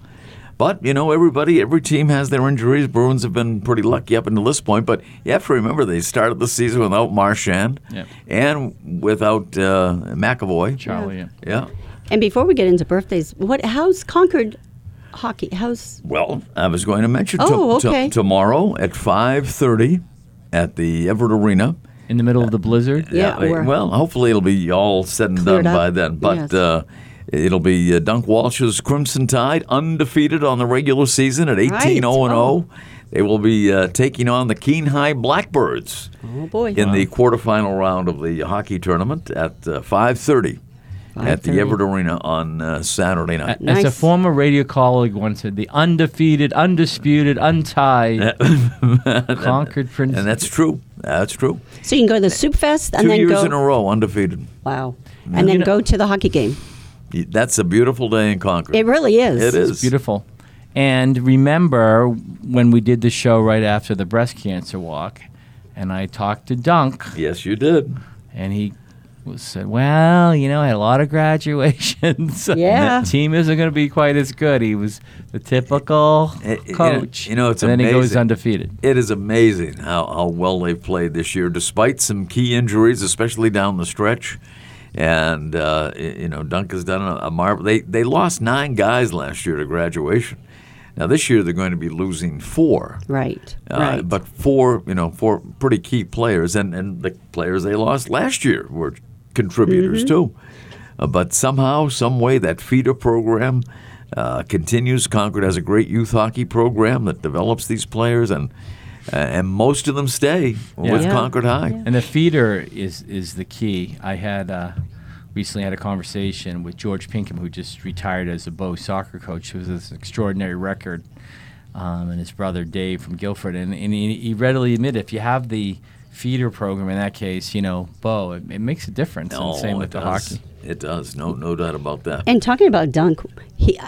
Speaker 1: But you know everybody, every team has their injuries. Bruins have been pretty lucky up until this point, but you have to remember they started the season without Marchand
Speaker 2: Yep.
Speaker 1: and without uh, McAvoy.
Speaker 2: Charlie. uh, yeah.
Speaker 1: Yeah.
Speaker 3: and before we get into birthdays, what? How's Concord hockey? How's
Speaker 1: Well, I was going to mention to-
Speaker 3: Oh,
Speaker 1: to-
Speaker 3: okay.
Speaker 1: tomorrow at five thirty at the Everett Arena.
Speaker 2: In the middle of the blizzard.
Speaker 3: Yeah,
Speaker 1: I-
Speaker 3: we're-
Speaker 1: well, hopefully it'll be all said and
Speaker 3: Cleared
Speaker 1: done by
Speaker 3: up.
Speaker 1: then. But
Speaker 3: Yes.
Speaker 1: uh, it'll be uh, Dunk Walsh's Crimson Tide, undefeated on the regular season at
Speaker 3: Right.
Speaker 1: eighteen zero and zero.
Speaker 3: Oh.
Speaker 1: They will be uh, taking on the Keene High Blackbirds
Speaker 3: oh boy.
Speaker 1: in the quarterfinal round of the hockey tournament at uh, five thirty at the
Speaker 3: 5:30.
Speaker 1: Everett Arena on uh, Saturday night.
Speaker 2: As a
Speaker 3: Nice.
Speaker 2: former radio colleague once said, the undefeated, undisputed, untied, conquered prince.
Speaker 1: and that's true. That's true.
Speaker 3: so you can go to the Soup Fest and
Speaker 1: Two
Speaker 3: then
Speaker 1: years
Speaker 3: go.
Speaker 1: in a row, undefeated.
Speaker 3: wow. And then
Speaker 2: know-
Speaker 3: go to the hockey game.
Speaker 1: That's a beautiful day in Concord.
Speaker 3: It really is.
Speaker 1: It is.
Speaker 2: It's beautiful. And remember when we did the show right after the breast cancer walk, and I talked to Dunk,
Speaker 1: Yes, you did.
Speaker 2: and he was, said, "Well, you know, I had a lot of graduations. so
Speaker 3: Yeah.
Speaker 2: the team isn't going to be quite as good." He was the typical
Speaker 1: Eh, eh, you know-
Speaker 2: coach.
Speaker 1: you know, it's
Speaker 2: and then he goes
Speaker 1: amazing.
Speaker 2: undefeated.
Speaker 1: It is amazing how, how well they've played this year, despite some key injuries, especially down the stretch. And uh, y- you know, Dunk has done a, a marvel. They they lost nine guys last year to graduation. Now this year they're going to be losing four.
Speaker 3: Right.
Speaker 1: Uh,
Speaker 3: right.
Speaker 1: But four, you know, four pretty key players, and, and the players they lost last year were contributors too. Uh, but somehow, some way, that feeder program uh, continues. Concord has a great youth hockey program that develops these players, and uh, and most of them stay with
Speaker 2: Yeah.
Speaker 1: Concord High.
Speaker 2: And the feeder is is the key. I had uh, recently had a conversation with George Pinkham, who just retired as a Bow soccer coach, who has this extraordinary record, um, and his brother Dave from Guilford, and, and he, he readily admitted if you have the feeder program in that case, you know, Bow, it, it makes a difference. and
Speaker 1: Oh,
Speaker 2: same
Speaker 1: it
Speaker 2: with the
Speaker 1: does.
Speaker 2: hockey.
Speaker 1: It does. No, no doubt about that.
Speaker 3: And talking about Dunk, he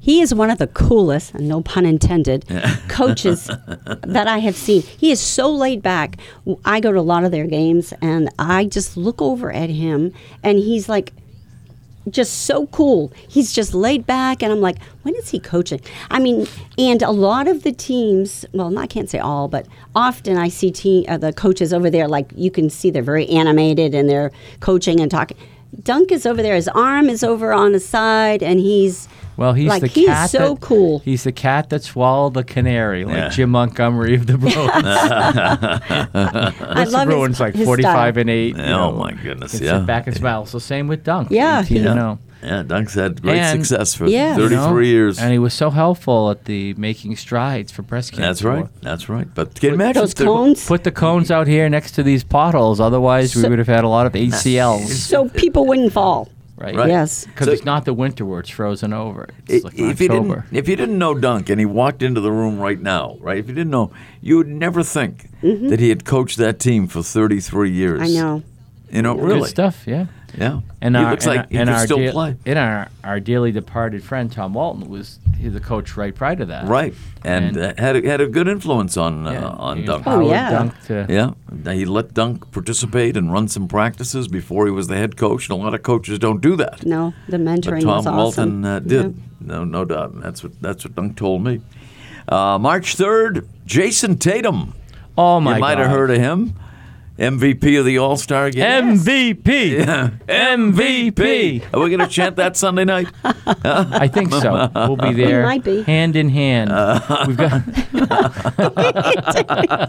Speaker 3: he is one of the coolest, and no pun intended, coaches that I have seen. He is so laid back. I go to a lot of their games, and I just look over at him, and he's like. Just so cool. He's just laid back, and I'm like, when is he coaching? I mean, and a lot of the teams, well, I can't say all, but often I see te- uh, the coaches over there, like you can see they're very animated and they're coaching and talking. Dunk is over there. His arm is over on his side, and he's
Speaker 2: Well, he's
Speaker 3: like
Speaker 2: the
Speaker 3: he's
Speaker 2: cat.
Speaker 3: so
Speaker 2: that-
Speaker 3: cool.
Speaker 2: He's the cat that swallowed the canary, like
Speaker 1: Yeah.
Speaker 2: Jim Montgomery of the Bruins.
Speaker 3: I love
Speaker 2: the
Speaker 3: his-
Speaker 2: Bruins like
Speaker 3: his
Speaker 2: forty-five
Speaker 3: style.
Speaker 2: and eight. you
Speaker 1: Oh
Speaker 2: know,
Speaker 1: my goodness,
Speaker 2: can
Speaker 1: yeah.
Speaker 2: Sit back and smile. So same with Dunk.
Speaker 3: Yeah,
Speaker 2: 18
Speaker 3: he-
Speaker 2: and 0.
Speaker 1: Yeah, Dunk's had great
Speaker 2: And-
Speaker 1: success for
Speaker 3: Yeah.
Speaker 2: You
Speaker 1: 33
Speaker 2: know?
Speaker 1: years.
Speaker 2: and he was so helpful at the making strides for breast cancer.
Speaker 1: That's right. That's right. But can you imagine
Speaker 3: Those
Speaker 1: the-
Speaker 3: cones.
Speaker 2: Put the cones out here next to these potholes. Otherwise, we
Speaker 3: So-
Speaker 2: would have had a lot of ACLs.
Speaker 3: so people wouldn't fall.
Speaker 2: Right.
Speaker 1: Right.
Speaker 3: Yes.
Speaker 2: Because
Speaker 1: So-
Speaker 2: it's not the winter where it's frozen over. It's
Speaker 1: If
Speaker 2: like
Speaker 1: if you didn't,
Speaker 2: October.
Speaker 1: if you didn't know Dunk and he walked into the room right now, right? If you didn't know, you would never think that he had coached that team for 33 years.
Speaker 3: Mm-hmm. I know.
Speaker 1: You know,
Speaker 2: Good
Speaker 1: really.
Speaker 2: stuff. Yeah.
Speaker 1: Yeah.
Speaker 2: And
Speaker 1: he
Speaker 2: our,
Speaker 1: looks
Speaker 2: and
Speaker 1: like
Speaker 2: our-
Speaker 1: he
Speaker 2: and
Speaker 1: could
Speaker 2: our
Speaker 1: still
Speaker 2: dear-
Speaker 1: play.
Speaker 2: And our, our dearly departed friend Tom Walton was the coach right prior to that.
Speaker 1: Right. And,
Speaker 2: And-
Speaker 1: uh, had a, had a good influence on uh,
Speaker 2: Yeah,
Speaker 1: on
Speaker 2: he
Speaker 1: Dunk.
Speaker 2: empowered
Speaker 3: Oh, yeah.
Speaker 2: Dunk to-
Speaker 1: Yeah, he let Dunk participate and run some practices before he was the head coach, and a lot of coaches don't do that.
Speaker 3: No, the
Speaker 1: But
Speaker 3: mentoring
Speaker 1: Tom
Speaker 3: was awesome.
Speaker 1: Walton uh, did. No, no doubt. And that's what that's what Dunk told me. Uh, March third, Jason Tatum.
Speaker 2: Oh my
Speaker 1: you might
Speaker 2: God.
Speaker 1: have heard of him. MVP of the All Star game.
Speaker 2: MVP. MVP.
Speaker 1: Are we going to chant that Sunday night?
Speaker 2: I think so. We'll be there.
Speaker 3: might be.
Speaker 2: Hand in hand. We've got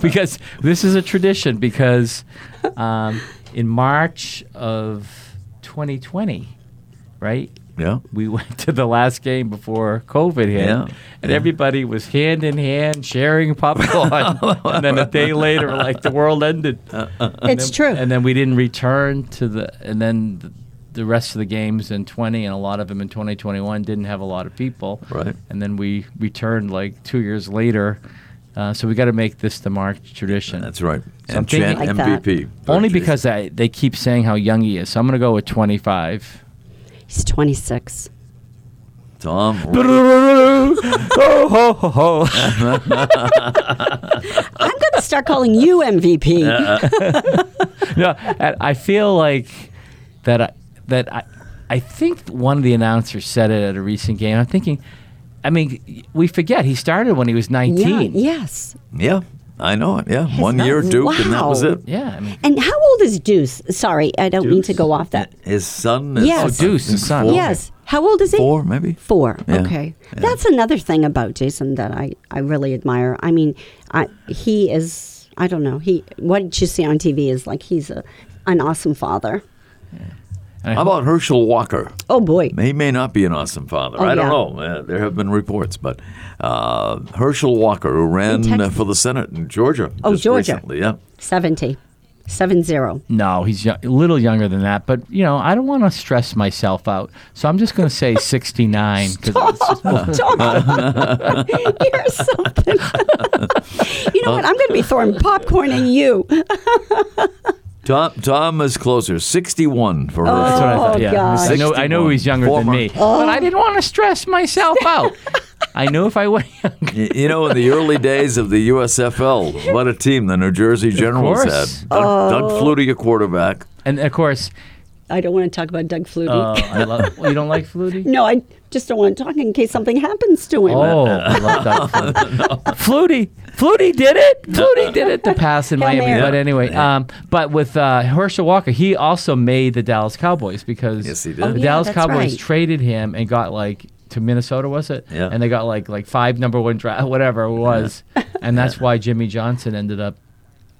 Speaker 2: because this is a tradition. Because um, in March of 2020, right?
Speaker 1: Yeah.
Speaker 2: we went to the last game before COVID hit,
Speaker 1: Yeah,
Speaker 2: and everybody was hand in hand sharing popcorn. and then a day later, like the world ended.
Speaker 1: Uh,
Speaker 3: It's true.
Speaker 2: And then we didn't return to the, and then the, the rest of the games in 20 and a lot of them in 2021 didn't have a lot of people.
Speaker 1: Right.
Speaker 2: And then we returned like two years later. Uh, so we got to make this the March tradition.
Speaker 1: That's right.
Speaker 2: So I'm
Speaker 1: and chant
Speaker 2: thinking-
Speaker 3: Like that.
Speaker 1: MVP.
Speaker 2: Only
Speaker 1: Jason.
Speaker 2: because I, they keep saying how young he is. So I'm going to go with 25.
Speaker 3: He's 26.
Speaker 1: Tom.
Speaker 2: oh, ho, ho, ho.
Speaker 3: I'm going to start calling you
Speaker 1: Uh,
Speaker 3: MVP.
Speaker 2: no, and I feel like that. I, that I, I think one of the announcers said it at a recent game. I'm thinking, I mean, we forget he started when he was
Speaker 3: yeah.
Speaker 2: 19.
Speaker 3: Yes.
Speaker 1: yeah, I know it. Yeah, one
Speaker 3: not-
Speaker 1: year Duke, and that was
Speaker 3: Wow.
Speaker 1: it.
Speaker 2: Yeah, I mean,
Speaker 3: And how old is Deuce? Sorry, I don't mean to go off that.
Speaker 1: His son is
Speaker 3: Yes.
Speaker 2: Oh, Deuce, his son.
Speaker 1: four,
Speaker 3: Yes. How old is he?
Speaker 1: four maybe.
Speaker 3: Four.
Speaker 1: Yeah.
Speaker 3: Okay. That's another thing about Jason that I, I really admire. I mean, I, he is, I don't know, he what you see on TV is like he's a, an awesome father.
Speaker 2: and I
Speaker 1: How
Speaker 2: hope-
Speaker 1: about Herschel Walker?
Speaker 3: Oh, boy.
Speaker 1: He may not be an awesome father.
Speaker 3: Oh,
Speaker 1: I don't
Speaker 3: yeah.
Speaker 1: know. Uh, there have been reports, but uh, Herschel Walker, who ran
Speaker 3: Texas.
Speaker 1: uh, for the Senate in Georgia.
Speaker 3: Oh,
Speaker 1: just
Speaker 3: Georgia.
Speaker 1: Recently, yeah.
Speaker 3: 70. 70.
Speaker 2: no, he's yo- a little younger than that, but you know, I don't want to stress myself out, so I'm just going to say 69 because it's just
Speaker 3: Tom, you're something. you know what? I'm going to be throwing popcorn at you.
Speaker 1: Tom Tom is closer, sixty-one for Herschel.
Speaker 2: That's what I thought.
Speaker 3: Oh,
Speaker 2: Yeah.
Speaker 3: God.
Speaker 2: I know. I know he's younger than me, but I didn't want to stress myself out. I know if I went younger,
Speaker 1: Y- You know, in the early days of the USFL, what a team the New Jersey Generals had.
Speaker 2: course.
Speaker 1: Doug, Doug Flutie, a quarterback.
Speaker 2: and of course,
Speaker 3: I don't want to talk about Doug Flutie.
Speaker 1: Oh,
Speaker 2: uh, I love. You don't like Flutie?
Speaker 3: no, I just don't want to talk in case something happens to him.
Speaker 2: Oh, I love Doug Flutie. Flutie. Flutie did it. Flutie did it. The pass in
Speaker 3: Hail
Speaker 2: Miami.
Speaker 3: Mary.
Speaker 2: But anyway, um, but with uh, Herschel Walker, he also made the Dallas Cowboys because
Speaker 1: Yes, he did. Oh,
Speaker 2: the
Speaker 1: yeah,
Speaker 2: Dallas
Speaker 3: that's
Speaker 2: Cowboys
Speaker 3: right.
Speaker 2: traded him and got like to Minnesota, was it?
Speaker 1: Yeah.
Speaker 2: And they got like like five number one draft, whatever it was, and that's why Jimmy Johnson ended up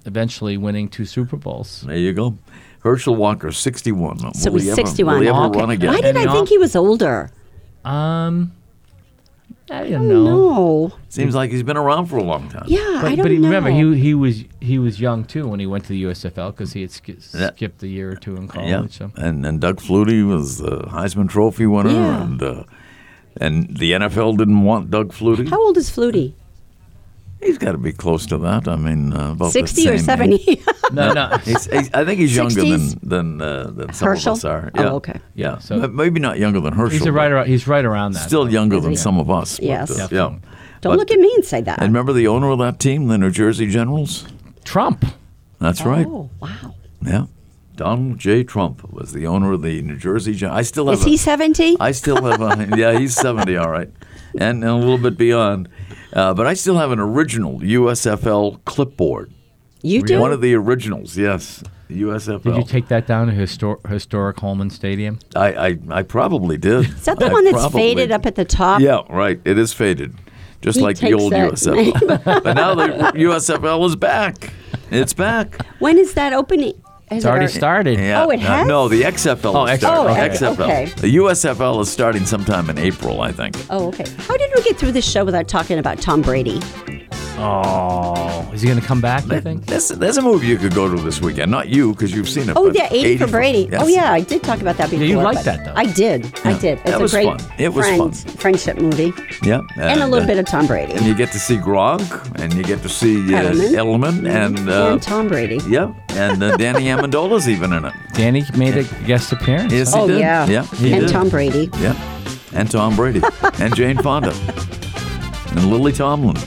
Speaker 2: eventually winning two Super Bowls.
Speaker 1: There you go. Herschel Walker, sixty-one.
Speaker 3: So
Speaker 1: will
Speaker 3: he's
Speaker 1: he ever,
Speaker 3: 61.
Speaker 1: Will he ever
Speaker 2: Okay.
Speaker 1: run again?
Speaker 3: Why did I think he was older?
Speaker 2: Um, I don't know.
Speaker 3: No.
Speaker 1: Seems like he's been around for a long time.
Speaker 3: Yeah,
Speaker 2: But,
Speaker 3: I don't
Speaker 2: but he-
Speaker 3: know.
Speaker 2: remember, he he was he was young too when he went to the USFL because he had sk-
Speaker 1: Yeah.
Speaker 2: skipped a year or two in college.
Speaker 1: Yeah,
Speaker 2: So.
Speaker 1: and and Doug Flutie was the Heisman Trophy winner,
Speaker 3: Yeah.
Speaker 1: and uh, and the NFL didn't want Doug Flutie.
Speaker 3: How old is Flutie?
Speaker 1: He's got to be close to that. I mean, uh, about the
Speaker 3: 60 or
Speaker 1: same
Speaker 3: 70?
Speaker 1: age.
Speaker 2: No, no.
Speaker 1: He's, he's, I think he's younger
Speaker 3: 60s?
Speaker 1: than than uh, than some
Speaker 3: Herschel?
Speaker 1: of us are.
Speaker 3: Oh,
Speaker 1: Yeah.
Speaker 3: okay.
Speaker 1: Yeah,
Speaker 2: So-
Speaker 1: M- maybe not younger than Herschel.
Speaker 2: He's a
Speaker 1: but
Speaker 2: right around, he's right around that.
Speaker 1: Still younger than some of us. but,
Speaker 3: Yes.
Speaker 1: uh, yeah.
Speaker 2: Definitely.
Speaker 3: don't
Speaker 1: But-
Speaker 3: look at me and say that.
Speaker 1: And remember the owner of that team, the New Jersey Generals.
Speaker 2: Trump.
Speaker 1: That's right.
Speaker 3: Oh, wow.
Speaker 1: Yeah. Donald J. Trump was the owner of the New Jersey Generals. I still have
Speaker 3: Is
Speaker 1: a-
Speaker 3: he 70?
Speaker 1: I still have a yeah, he's seventy, all right, and, and a little bit beyond. Uh, but I still have an original USFL clipboard
Speaker 3: You do?
Speaker 1: One of the originals, yes. USFL.
Speaker 4: Did you take that down to histor- historic Holman Stadium?
Speaker 1: I, I, I probably did.
Speaker 3: Is that the
Speaker 1: I
Speaker 3: one that's
Speaker 1: probably-
Speaker 3: faded up at the top?
Speaker 1: Yeah, right. It is faded, just
Speaker 3: He
Speaker 1: like the
Speaker 3: takes
Speaker 1: old
Speaker 3: that
Speaker 1: USFL. but now the USFL is back. It's back.
Speaker 3: When is that opening? Has
Speaker 4: It's already
Speaker 3: it
Speaker 4: started.
Speaker 1: Yeah.
Speaker 3: Oh, it
Speaker 1: no,
Speaker 3: has?
Speaker 1: No, the XFL.
Speaker 4: Oh, XFL.
Speaker 1: is starting.
Speaker 3: Oh, okay.
Speaker 1: XFL.
Speaker 3: Okay.
Speaker 1: The USFL is starting sometime in April, I think.
Speaker 3: Oh, okay. How did we get through this show without talking about Tom Brady?
Speaker 4: Oh, is he going to come back? You think?
Speaker 1: There's, there's a movie you could go to this weekend. Not you, because you've seen it.
Speaker 3: Oh,
Speaker 1: but
Speaker 3: yeah, 80, for Brady.
Speaker 1: yes.
Speaker 3: Oh, yeah, I did talk about that before.
Speaker 4: you liked
Speaker 3: but
Speaker 4: that, though.
Speaker 3: I did. I did. It's
Speaker 1: That
Speaker 3: a
Speaker 1: was
Speaker 3: great
Speaker 1: fun. It was
Speaker 3: friends-
Speaker 1: fun.
Speaker 3: friendship movie.
Speaker 1: Yeah.
Speaker 3: And, a little
Speaker 1: uh,
Speaker 3: bit of Tom Brady.
Speaker 1: And you get to see Gronk, and you get to see uh,
Speaker 3: Edelman. Mm-hmm.
Speaker 1: Edelman, and uh,
Speaker 3: and Tom Brady.
Speaker 1: yeah, and uh, Danny Amendola's even in it.
Speaker 4: Danny made a guest appearance.
Speaker 1: Yes,
Speaker 4: huh?
Speaker 1: he
Speaker 3: Oh,
Speaker 1: did.
Speaker 3: yeah.
Speaker 1: Yeah, he
Speaker 3: and
Speaker 1: did.
Speaker 3: Tom Brady.
Speaker 1: Yeah, and Tom Brady, and Jane Fonda, and Lily Tomlin.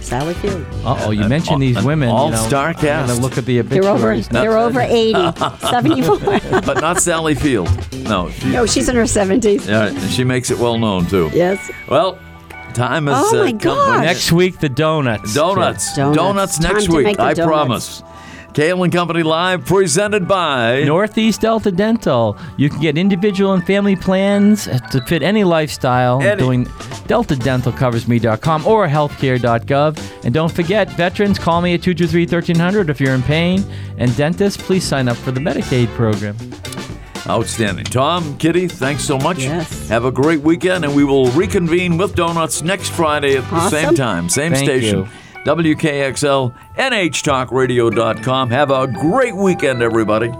Speaker 3: Sally Field.
Speaker 4: Uh-oh, you
Speaker 1: An all-
Speaker 4: mentioned these
Speaker 1: an
Speaker 4: women. you know,
Speaker 1: all-star
Speaker 4: I'm
Speaker 1: cast.
Speaker 4: gonna look at the
Speaker 3: They're over,
Speaker 4: obituaries.
Speaker 1: No.
Speaker 3: they're over 80, 74.
Speaker 1: But not Sally Field. No, she,
Speaker 3: No, she's in her 70s.
Speaker 1: Yeah, and she makes it well known too.
Speaker 3: Yes.
Speaker 1: Well, time is.
Speaker 3: Oh,
Speaker 1: uh,
Speaker 3: my
Speaker 1: come-
Speaker 3: gosh.
Speaker 4: Next week, the donuts.
Speaker 1: Donuts.
Speaker 3: Donuts.
Speaker 1: next
Speaker 3: Time to
Speaker 1: week.
Speaker 3: make the
Speaker 1: I
Speaker 3: donuts.
Speaker 1: promise. Kale and Company Live presented by
Speaker 2: Northeast Delta Dental. You can get individual and family plans to fit any lifestyle.
Speaker 1: Any.
Speaker 2: Doing deltadentalcoversme.com or healthcare.gov. And don't forget, veterans, call me at 223-1300 if you're in pain. And dentists, please sign up for the Medicaid program.
Speaker 1: Outstanding. Tom, Kitty, thanks so much.
Speaker 3: Yes.
Speaker 1: Have a great weekend, and we will reconvene with Donuts next Friday at the same
Speaker 3: Awesome.
Speaker 1: time, same
Speaker 4: Thank
Speaker 1: station.
Speaker 4: you.
Speaker 1: WKXL, NHTalkRadio.com. Have a great weekend, everybody.